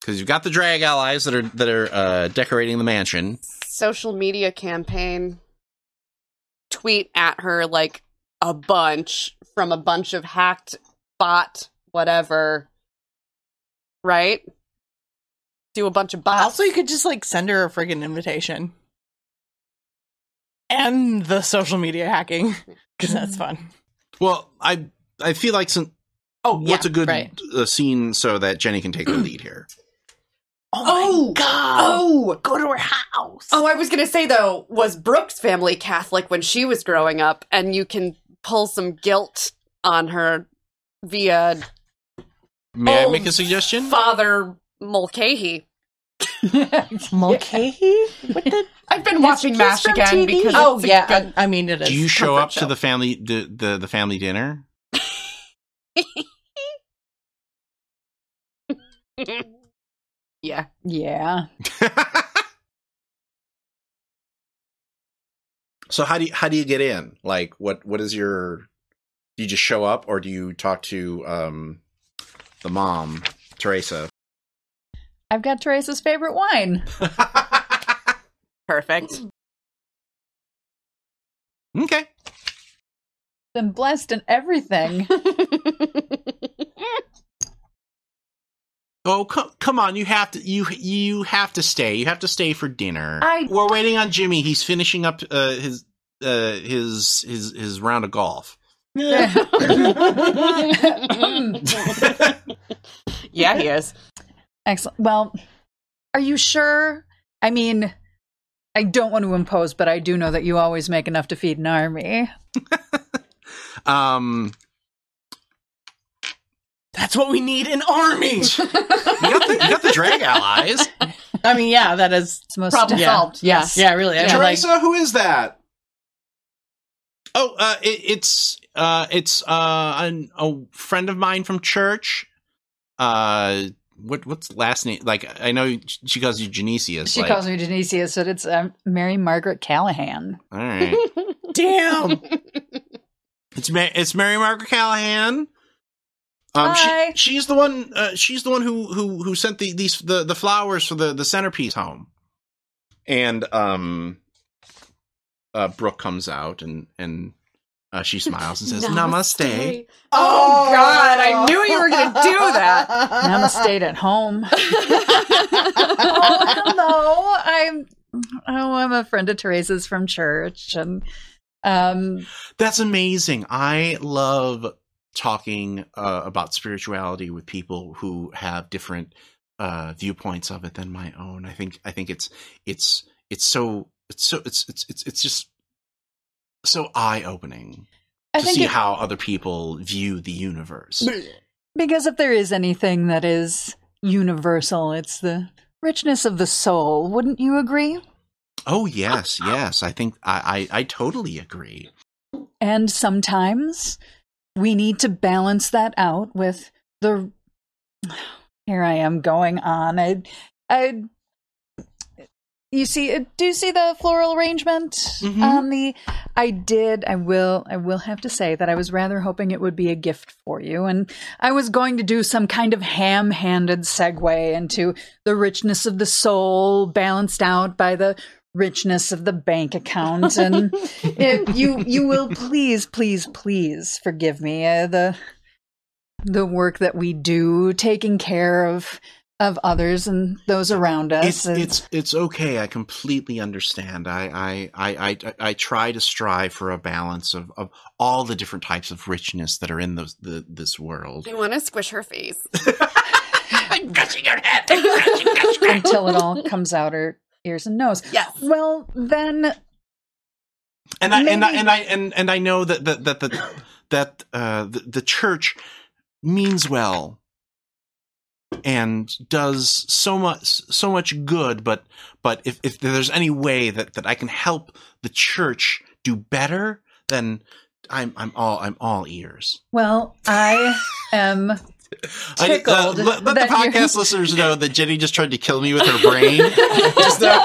[SPEAKER 1] because you've got the drag allies that are that are uh, decorating the mansion
[SPEAKER 2] Social media campaign. Tweet at her like a bunch from a bunch of hacked bot whatever. Right? Do a bunch of bots.
[SPEAKER 3] Also, you could just like send her a friggin' invitation. And the social media hacking, because that's fun.
[SPEAKER 1] Well, I I feel like some. Oh, what's
[SPEAKER 3] yeah,
[SPEAKER 1] a good
[SPEAKER 3] right.
[SPEAKER 1] uh, scene so that Jenny can take the lead here?
[SPEAKER 3] Oh, my god!
[SPEAKER 2] Oh,
[SPEAKER 3] Go to her house.
[SPEAKER 2] Oh, I was going to say though, was Brooke's family Catholic when she was growing up and you can pull some guilt on her via
[SPEAKER 1] May I
[SPEAKER 2] Oh,
[SPEAKER 1] make a suggestion?
[SPEAKER 2] Father Mulcahy.
[SPEAKER 3] Mulcahy? What the?
[SPEAKER 2] I've been watching MASH again because
[SPEAKER 3] oh
[SPEAKER 2] it's a
[SPEAKER 3] yeah,
[SPEAKER 2] good-
[SPEAKER 3] I, I mean it is.
[SPEAKER 1] Do you show
[SPEAKER 3] comfort
[SPEAKER 1] up to
[SPEAKER 3] show.
[SPEAKER 1] the family the the, the family dinner?
[SPEAKER 2] yeah.
[SPEAKER 4] yeah.
[SPEAKER 1] so how do you, how do you get in? Like what what is your do you just show up or do you talk to um the mom, Teresa?
[SPEAKER 4] I've got Teresa's favorite wine.
[SPEAKER 2] Perfect.
[SPEAKER 1] okay.
[SPEAKER 4] Been blessed in everything.
[SPEAKER 1] Oh come come on! You have to you you have to stay. You have to stay for dinner.
[SPEAKER 2] I-
[SPEAKER 1] We're waiting on Jimmy. He's finishing up uh, his uh, his his his round of golf.
[SPEAKER 2] yeah, he is.
[SPEAKER 4] Excellent. Well, are you sure? I mean, I don't want to impose, but I do know that you always make enough to feed an army.
[SPEAKER 1] um,
[SPEAKER 3] That's what we need an army.
[SPEAKER 1] you got the, you got the drag allies.
[SPEAKER 3] I mean, yeah, that is.
[SPEAKER 4] It's most
[SPEAKER 2] Problem
[SPEAKER 3] Yeah.
[SPEAKER 2] solved. Yes.
[SPEAKER 3] Yeah, really. I mean, like,
[SPEAKER 1] Teresa, who is that? Oh, uh, it, it's uh, it's uh, an, a friend of mine from church. Uh, what what's the last name? Like I know she calls you Genesius.
[SPEAKER 4] She
[SPEAKER 1] like,
[SPEAKER 4] calls me Denisia, so it's um, Mary Margaret Callahan.
[SPEAKER 1] All right.
[SPEAKER 3] damn.
[SPEAKER 1] It's Ma- it's Mary Margaret Callahan. Um,
[SPEAKER 4] Hi.
[SPEAKER 1] she, she's the one. Uh, she's the one who who who sent the these the, the flowers for the the centerpiece home. And um, uh, Brooke comes out and and uh, she smiles and says Namaste.
[SPEAKER 2] Oh, God, I knew you were gonna do that.
[SPEAKER 4] And I'm stayed at home. oh, hello. I'm oh, I'm a friend of Teresa's from church, and um,
[SPEAKER 1] That's amazing. I love talking uh, about spirituality with people who have different uh, viewpoints of it than my own. I think I think it's it's it's so it's so it's it's it's it's just so eye opening
[SPEAKER 4] I
[SPEAKER 1] to
[SPEAKER 4] think
[SPEAKER 1] see
[SPEAKER 4] it-
[SPEAKER 1] how other people view the universe.
[SPEAKER 4] because if there is anything that is universal, it's the richness of the soul. Wouldn't you agree?
[SPEAKER 1] Oh yes, yes. I think I I, I totally agree.
[SPEAKER 4] And sometimes we need to balance that out with the. Here I am going on. I, I. You see, uh, do you see the floral arrangement
[SPEAKER 1] Mhm.
[SPEAKER 4] on the? I did. I will. I will have to say that I was rather hoping it would be a gift for you, and I was going to do some kind of ham-handed segue into the richness of the soul, balanced out by the richness of the bank account and eh, if you you will please please please forgive me uh, the eh, the work that we do, taking care of of others and those around us.
[SPEAKER 1] It's
[SPEAKER 4] and-
[SPEAKER 1] it's it's okay. I completely understand. I I I I, I try to strive for a balance of, of all the different types of richness that are in the, the this world.
[SPEAKER 2] I want to squish her face.
[SPEAKER 1] I'm crushing your head. I'm crushing, crush, crush.
[SPEAKER 4] until it all comes out her ears and nose.
[SPEAKER 2] Yes.
[SPEAKER 4] Well, then
[SPEAKER 1] and I and I
[SPEAKER 4] Maybe-
[SPEAKER 1] and I and, and I know that that that that that uh, the, the church means well and does so much so much good but but if, if there's any way that that I can help the church do better then I'm I'm all I'm all ears.
[SPEAKER 4] well, I am
[SPEAKER 1] I, uh,
[SPEAKER 4] Tickled
[SPEAKER 1] let let the
[SPEAKER 4] that you're-
[SPEAKER 1] podcast listeners know that Jenny just tried to kill me with her brain. Just now.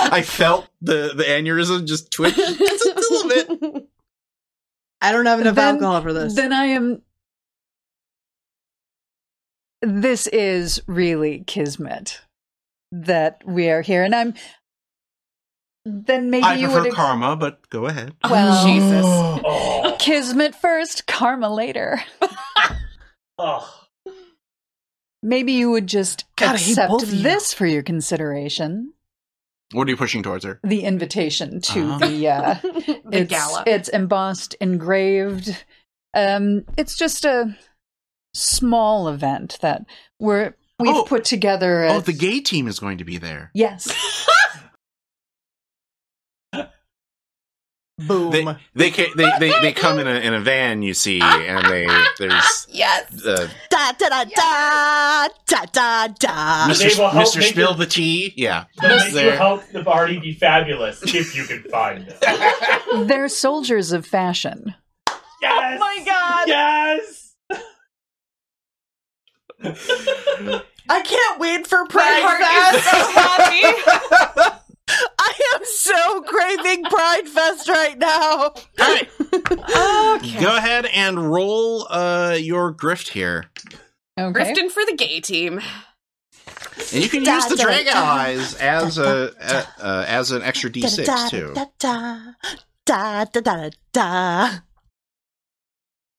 [SPEAKER 1] I felt the the aneurysm just twitch just a little bit.
[SPEAKER 3] I don't have enough
[SPEAKER 4] Then-
[SPEAKER 3] alcohol for this.
[SPEAKER 4] Then I am. This is really kismet that we are here, and I'm. Then maybe
[SPEAKER 1] I
[SPEAKER 4] you would
[SPEAKER 1] prefer
[SPEAKER 4] ex-
[SPEAKER 1] karma, but go ahead.
[SPEAKER 4] Well,
[SPEAKER 2] Jesus.
[SPEAKER 5] Oh,
[SPEAKER 4] kismet first, karma later.
[SPEAKER 5] oh.
[SPEAKER 4] Maybe you would just
[SPEAKER 3] God, I hate
[SPEAKER 4] accept
[SPEAKER 3] both of you.
[SPEAKER 4] this for your consideration.
[SPEAKER 1] What are you pushing towards her?
[SPEAKER 4] The invitation to
[SPEAKER 1] Uh-huh.
[SPEAKER 4] the uh,
[SPEAKER 2] the
[SPEAKER 4] it's,
[SPEAKER 2] gala.
[SPEAKER 4] It's embossed, engraved. Um, it's just a small event that we're we've
[SPEAKER 1] Oh.
[SPEAKER 4] put together. A,
[SPEAKER 1] Oh, the gay team is going to be there.
[SPEAKER 4] Yes.
[SPEAKER 3] Boom.
[SPEAKER 1] They they ca- they, they they come in a in a van, you see, and they there's
[SPEAKER 2] Ah, yes.
[SPEAKER 1] uh,
[SPEAKER 3] da da da da da da da.
[SPEAKER 1] Mr.
[SPEAKER 5] will help
[SPEAKER 1] Mr.
[SPEAKER 5] make
[SPEAKER 1] Spill
[SPEAKER 5] it-
[SPEAKER 1] the tea. Yeah,
[SPEAKER 5] They'll
[SPEAKER 1] he's
[SPEAKER 5] make you
[SPEAKER 1] there.
[SPEAKER 5] help the party be fabulous if you can find them.
[SPEAKER 4] They're soldiers of fashion.
[SPEAKER 5] Yes.
[SPEAKER 3] Oh my God.
[SPEAKER 5] Yes.
[SPEAKER 3] I can't wait for
[SPEAKER 2] My
[SPEAKER 3] Pride
[SPEAKER 2] heart is
[SPEAKER 3] Fest.
[SPEAKER 2] so happy.
[SPEAKER 3] I am so craving Pride Fest right now. Oh,
[SPEAKER 1] All right, go ahead and roll uh, your grift here,
[SPEAKER 4] Okay.
[SPEAKER 2] Grifting for the gay team.
[SPEAKER 1] and you can
[SPEAKER 3] Da,
[SPEAKER 1] use the
[SPEAKER 3] da,
[SPEAKER 1] drag
[SPEAKER 3] da,
[SPEAKER 1] allies as
[SPEAKER 3] da,
[SPEAKER 1] a a- uh, as an extra d6 too.
[SPEAKER 3] Da da da da da da.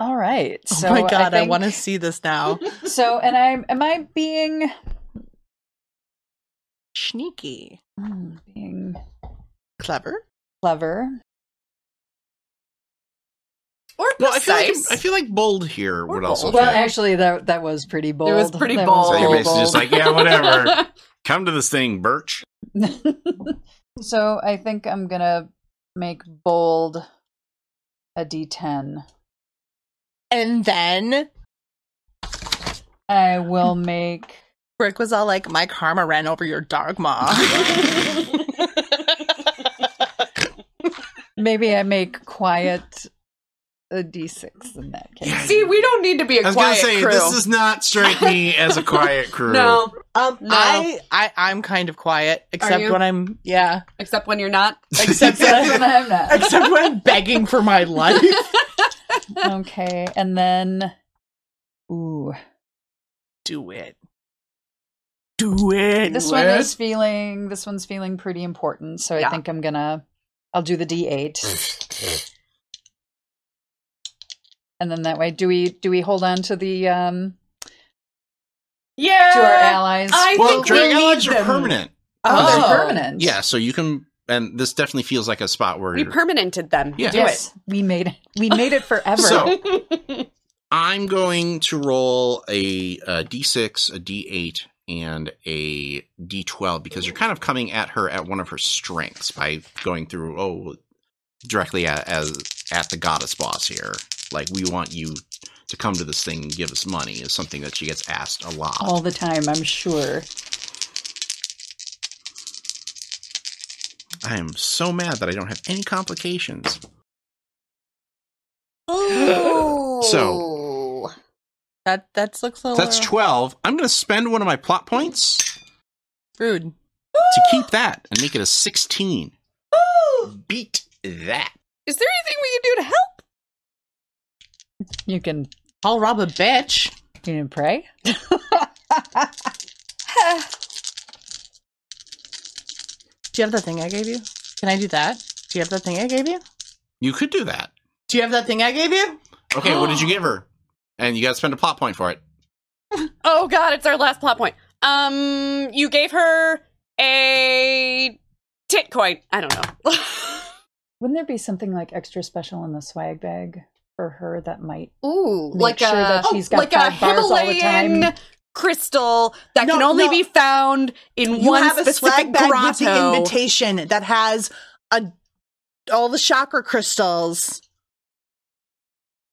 [SPEAKER 4] All right.
[SPEAKER 3] Oh
[SPEAKER 4] So
[SPEAKER 3] my god, I,
[SPEAKER 4] think-
[SPEAKER 3] want to see this now.
[SPEAKER 4] So, and I'm am I being
[SPEAKER 3] Sneaky,
[SPEAKER 4] mm, being
[SPEAKER 3] clever.
[SPEAKER 4] clever?
[SPEAKER 2] Or
[SPEAKER 1] Well, I feel like
[SPEAKER 2] precise.
[SPEAKER 1] I feel like bold here would also.
[SPEAKER 4] Well,
[SPEAKER 1] fit.
[SPEAKER 4] actually, that that was pretty bold.
[SPEAKER 2] was pretty
[SPEAKER 4] That
[SPEAKER 2] bold.
[SPEAKER 1] so
[SPEAKER 2] So
[SPEAKER 1] you're
[SPEAKER 2] bold,
[SPEAKER 1] basically just like, yeah, whatever. Come to this thing, Birch.
[SPEAKER 4] so I think I'm gonna make bold a D10.
[SPEAKER 3] And then
[SPEAKER 4] I will make.
[SPEAKER 3] Brick was all like, "My karma ran over your dogma."
[SPEAKER 4] Maybe I make quiet a D6 in that case.
[SPEAKER 2] See, we don't need to be a
[SPEAKER 1] I was gonna
[SPEAKER 2] quiet
[SPEAKER 1] say
[SPEAKER 2] crew.
[SPEAKER 1] this does not strike me as a quiet crew.
[SPEAKER 2] no,
[SPEAKER 3] um,
[SPEAKER 2] No.
[SPEAKER 3] I, I, I'm kind of quiet, except
[SPEAKER 2] you?
[SPEAKER 3] when I'm, yeah,
[SPEAKER 2] except when you're not.
[SPEAKER 3] except
[SPEAKER 4] Except
[SPEAKER 3] when
[SPEAKER 4] when
[SPEAKER 3] I'm,
[SPEAKER 4] I'm not.
[SPEAKER 3] except when I'm begging for my life.
[SPEAKER 4] Okay, and then. Ooh.
[SPEAKER 3] Do it. Do it.
[SPEAKER 4] This one is feeling. This one's feeling pretty important, so I
[SPEAKER 2] Yeah.
[SPEAKER 4] think I'm gonna. I'll do the D8. And then that way, do we do we hold on to the um
[SPEAKER 2] Yeah.
[SPEAKER 4] to our allies?
[SPEAKER 2] Uh, I
[SPEAKER 1] Well,
[SPEAKER 2] think we
[SPEAKER 1] drag
[SPEAKER 2] need
[SPEAKER 1] allies are
[SPEAKER 2] them.
[SPEAKER 1] permanent.
[SPEAKER 4] oh,
[SPEAKER 2] Oh.
[SPEAKER 4] they're permanent.
[SPEAKER 1] Yeah, so you can, and this definitely feels like a spot where.
[SPEAKER 2] We permanented them.
[SPEAKER 1] Yeah.
[SPEAKER 2] Do
[SPEAKER 4] yes, we made it. We made it forever.
[SPEAKER 1] so
[SPEAKER 2] it.
[SPEAKER 1] I'm going to roll a, a d6, a d8, and a d12 because you're kind of coming at her at one of her strengths by going through oh directly at, as at the goddess boss here. Like we want you to come to this thing and give us money is something that she gets asked a lot.
[SPEAKER 4] all the time, I'm sure.
[SPEAKER 1] I am so mad that I don't have any complications. So-
[SPEAKER 3] that that looks a little
[SPEAKER 1] That's 12. I'm going to spend one of my plot points.
[SPEAKER 3] rude.
[SPEAKER 1] to keep that and make it a 16. Beat that.
[SPEAKER 2] Is there anything we can do to help?
[SPEAKER 4] You can
[SPEAKER 3] I'll rob a bitch.
[SPEAKER 4] you can pray.
[SPEAKER 3] Do you have that thing I gave you? Can I do that? Do you have that thing I gave you?
[SPEAKER 1] You could do that.
[SPEAKER 3] Do you have that thing I gave you?
[SPEAKER 1] Okay, what did you give her? and you got to spend a plot point for it.
[SPEAKER 2] Oh god, it's our last plot point. Um, you gave her a tit coin. I don't know.
[SPEAKER 4] Wouldn't there be something like extra special in the swag bag for her that might?
[SPEAKER 2] Ooh,
[SPEAKER 4] Make sure that she's got
[SPEAKER 2] like a
[SPEAKER 4] five bars all the
[SPEAKER 2] Himalayan
[SPEAKER 4] time.
[SPEAKER 2] crystal that
[SPEAKER 3] No,
[SPEAKER 2] can only
[SPEAKER 3] no.
[SPEAKER 2] be found in
[SPEAKER 3] you
[SPEAKER 2] one
[SPEAKER 3] have a
[SPEAKER 2] specific
[SPEAKER 3] swag bag with the
[SPEAKER 2] grotto.
[SPEAKER 3] invitation that has a all the chakra crystals,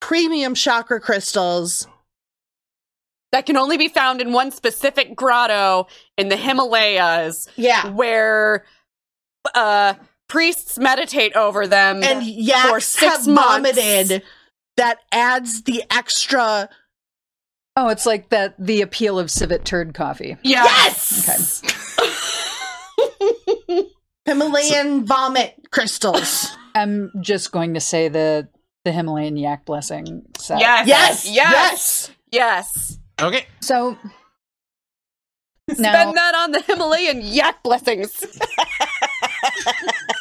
[SPEAKER 3] premium chakra crystals.
[SPEAKER 2] that can only be found in one specific grotto in the Himalayas,
[SPEAKER 3] Yeah,
[SPEAKER 2] where uh, priests meditate over them.
[SPEAKER 3] and yaks
[SPEAKER 2] For six
[SPEAKER 3] have
[SPEAKER 2] months.
[SPEAKER 3] vomited. That adds the extra.
[SPEAKER 4] Oh, it's like that the appeal of civet turd coffee.
[SPEAKER 2] yeah.
[SPEAKER 3] Yes. Himalayan vomit crystals.
[SPEAKER 4] I'm just going to say the the Himalayan yak blessing set.
[SPEAKER 2] Yes.
[SPEAKER 3] Yes.
[SPEAKER 2] Yes. Yes.
[SPEAKER 1] Okay.
[SPEAKER 4] So now
[SPEAKER 2] Spend that on the Himalayan yak blessings.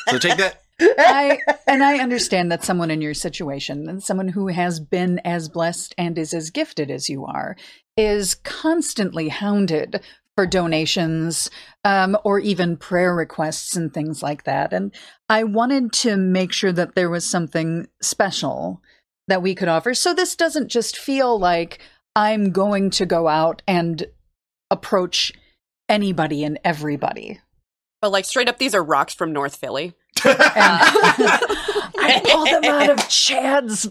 [SPEAKER 1] So take that.
[SPEAKER 4] I and I understand that someone in your situation and someone who has been as blessed and is as gifted as you are is constantly hounded for donations um, or even prayer requests and things like that. And I wanted to make sure that there was something special that we could offer. So this doesn't just feel like I'm going to go out and approach anybody and everybody.
[SPEAKER 2] But like straight up, these are rocks from North Philly.
[SPEAKER 4] Uh. I pulled them out of Chad's.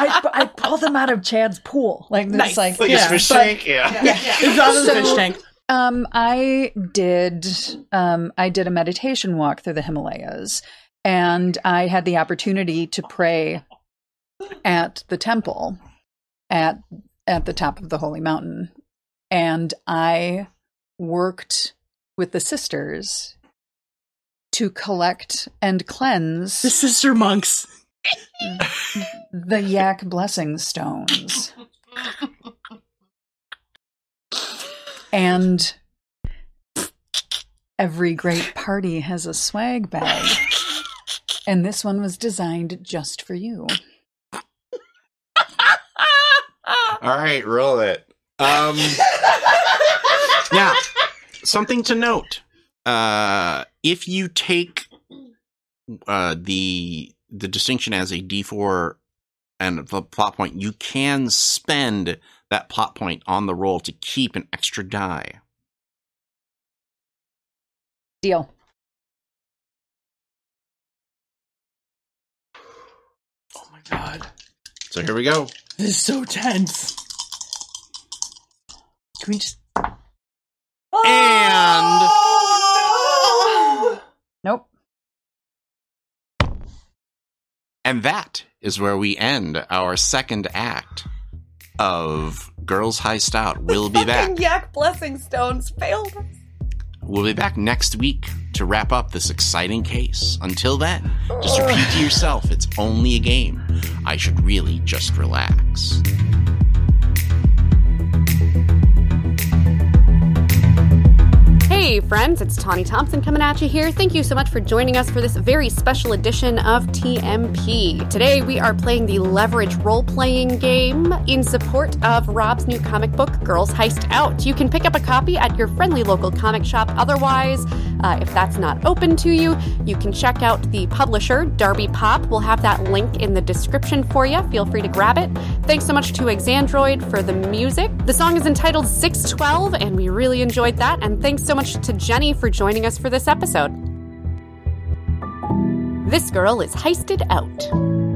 [SPEAKER 4] I, I pulled them out of Chad's pool. Like
[SPEAKER 2] Nice.
[SPEAKER 4] this, like,
[SPEAKER 1] Like
[SPEAKER 3] Yeah,
[SPEAKER 1] a fish
[SPEAKER 4] but-
[SPEAKER 1] tank. Yeah.
[SPEAKER 3] It's out of the
[SPEAKER 4] So-
[SPEAKER 3] fish tank.
[SPEAKER 4] um, I did. Um, I did a meditation walk through the Himalayas, and I had the opportunity to pray at the temple at at the top of the holy mountain, and I worked with the sisters to collect and cleanse
[SPEAKER 3] The sister monks.
[SPEAKER 4] the yak blessing stones. and every great party has a swag bag. And this one was designed just for you.
[SPEAKER 1] All right, roll it. Um, now, something to note: uh, if you take uh, the the distinction as a D four and the plot point, you can spend that plot point on the roll to keep an extra die.
[SPEAKER 4] Deal.
[SPEAKER 3] Oh my god.
[SPEAKER 1] So here we go.
[SPEAKER 3] This is so tense. Can we just Ah!
[SPEAKER 1] And
[SPEAKER 4] Nope.
[SPEAKER 1] and that is where we end our second act of Girls High Stout. We'll be back.
[SPEAKER 2] Fucking yak blessing stones failed. us.
[SPEAKER 1] We'll be back next week to wrap up this exciting case. Until then, just repeat to yourself it's only a game. I should really just relax.
[SPEAKER 2] Hey, friends, it's Tawny Thompson coming at you here. Thank you so much for joining us for this very special edition of TMP. Today, we are playing the Leverage role playing game in support of Rob's new comic book, Girls Heist Out. You can pick up a copy at your friendly local comic shop. Otherwise, uh, if that's not open to you, you can check out the publisher, Darby Pop. We'll have that link in the description for you. Feel free to grab it. Thanks so much to Exandroid for the music. The song is entitled 612, and we really enjoyed that. And thanks so much to Jenny for joining us for this episode. This girl is heisted out.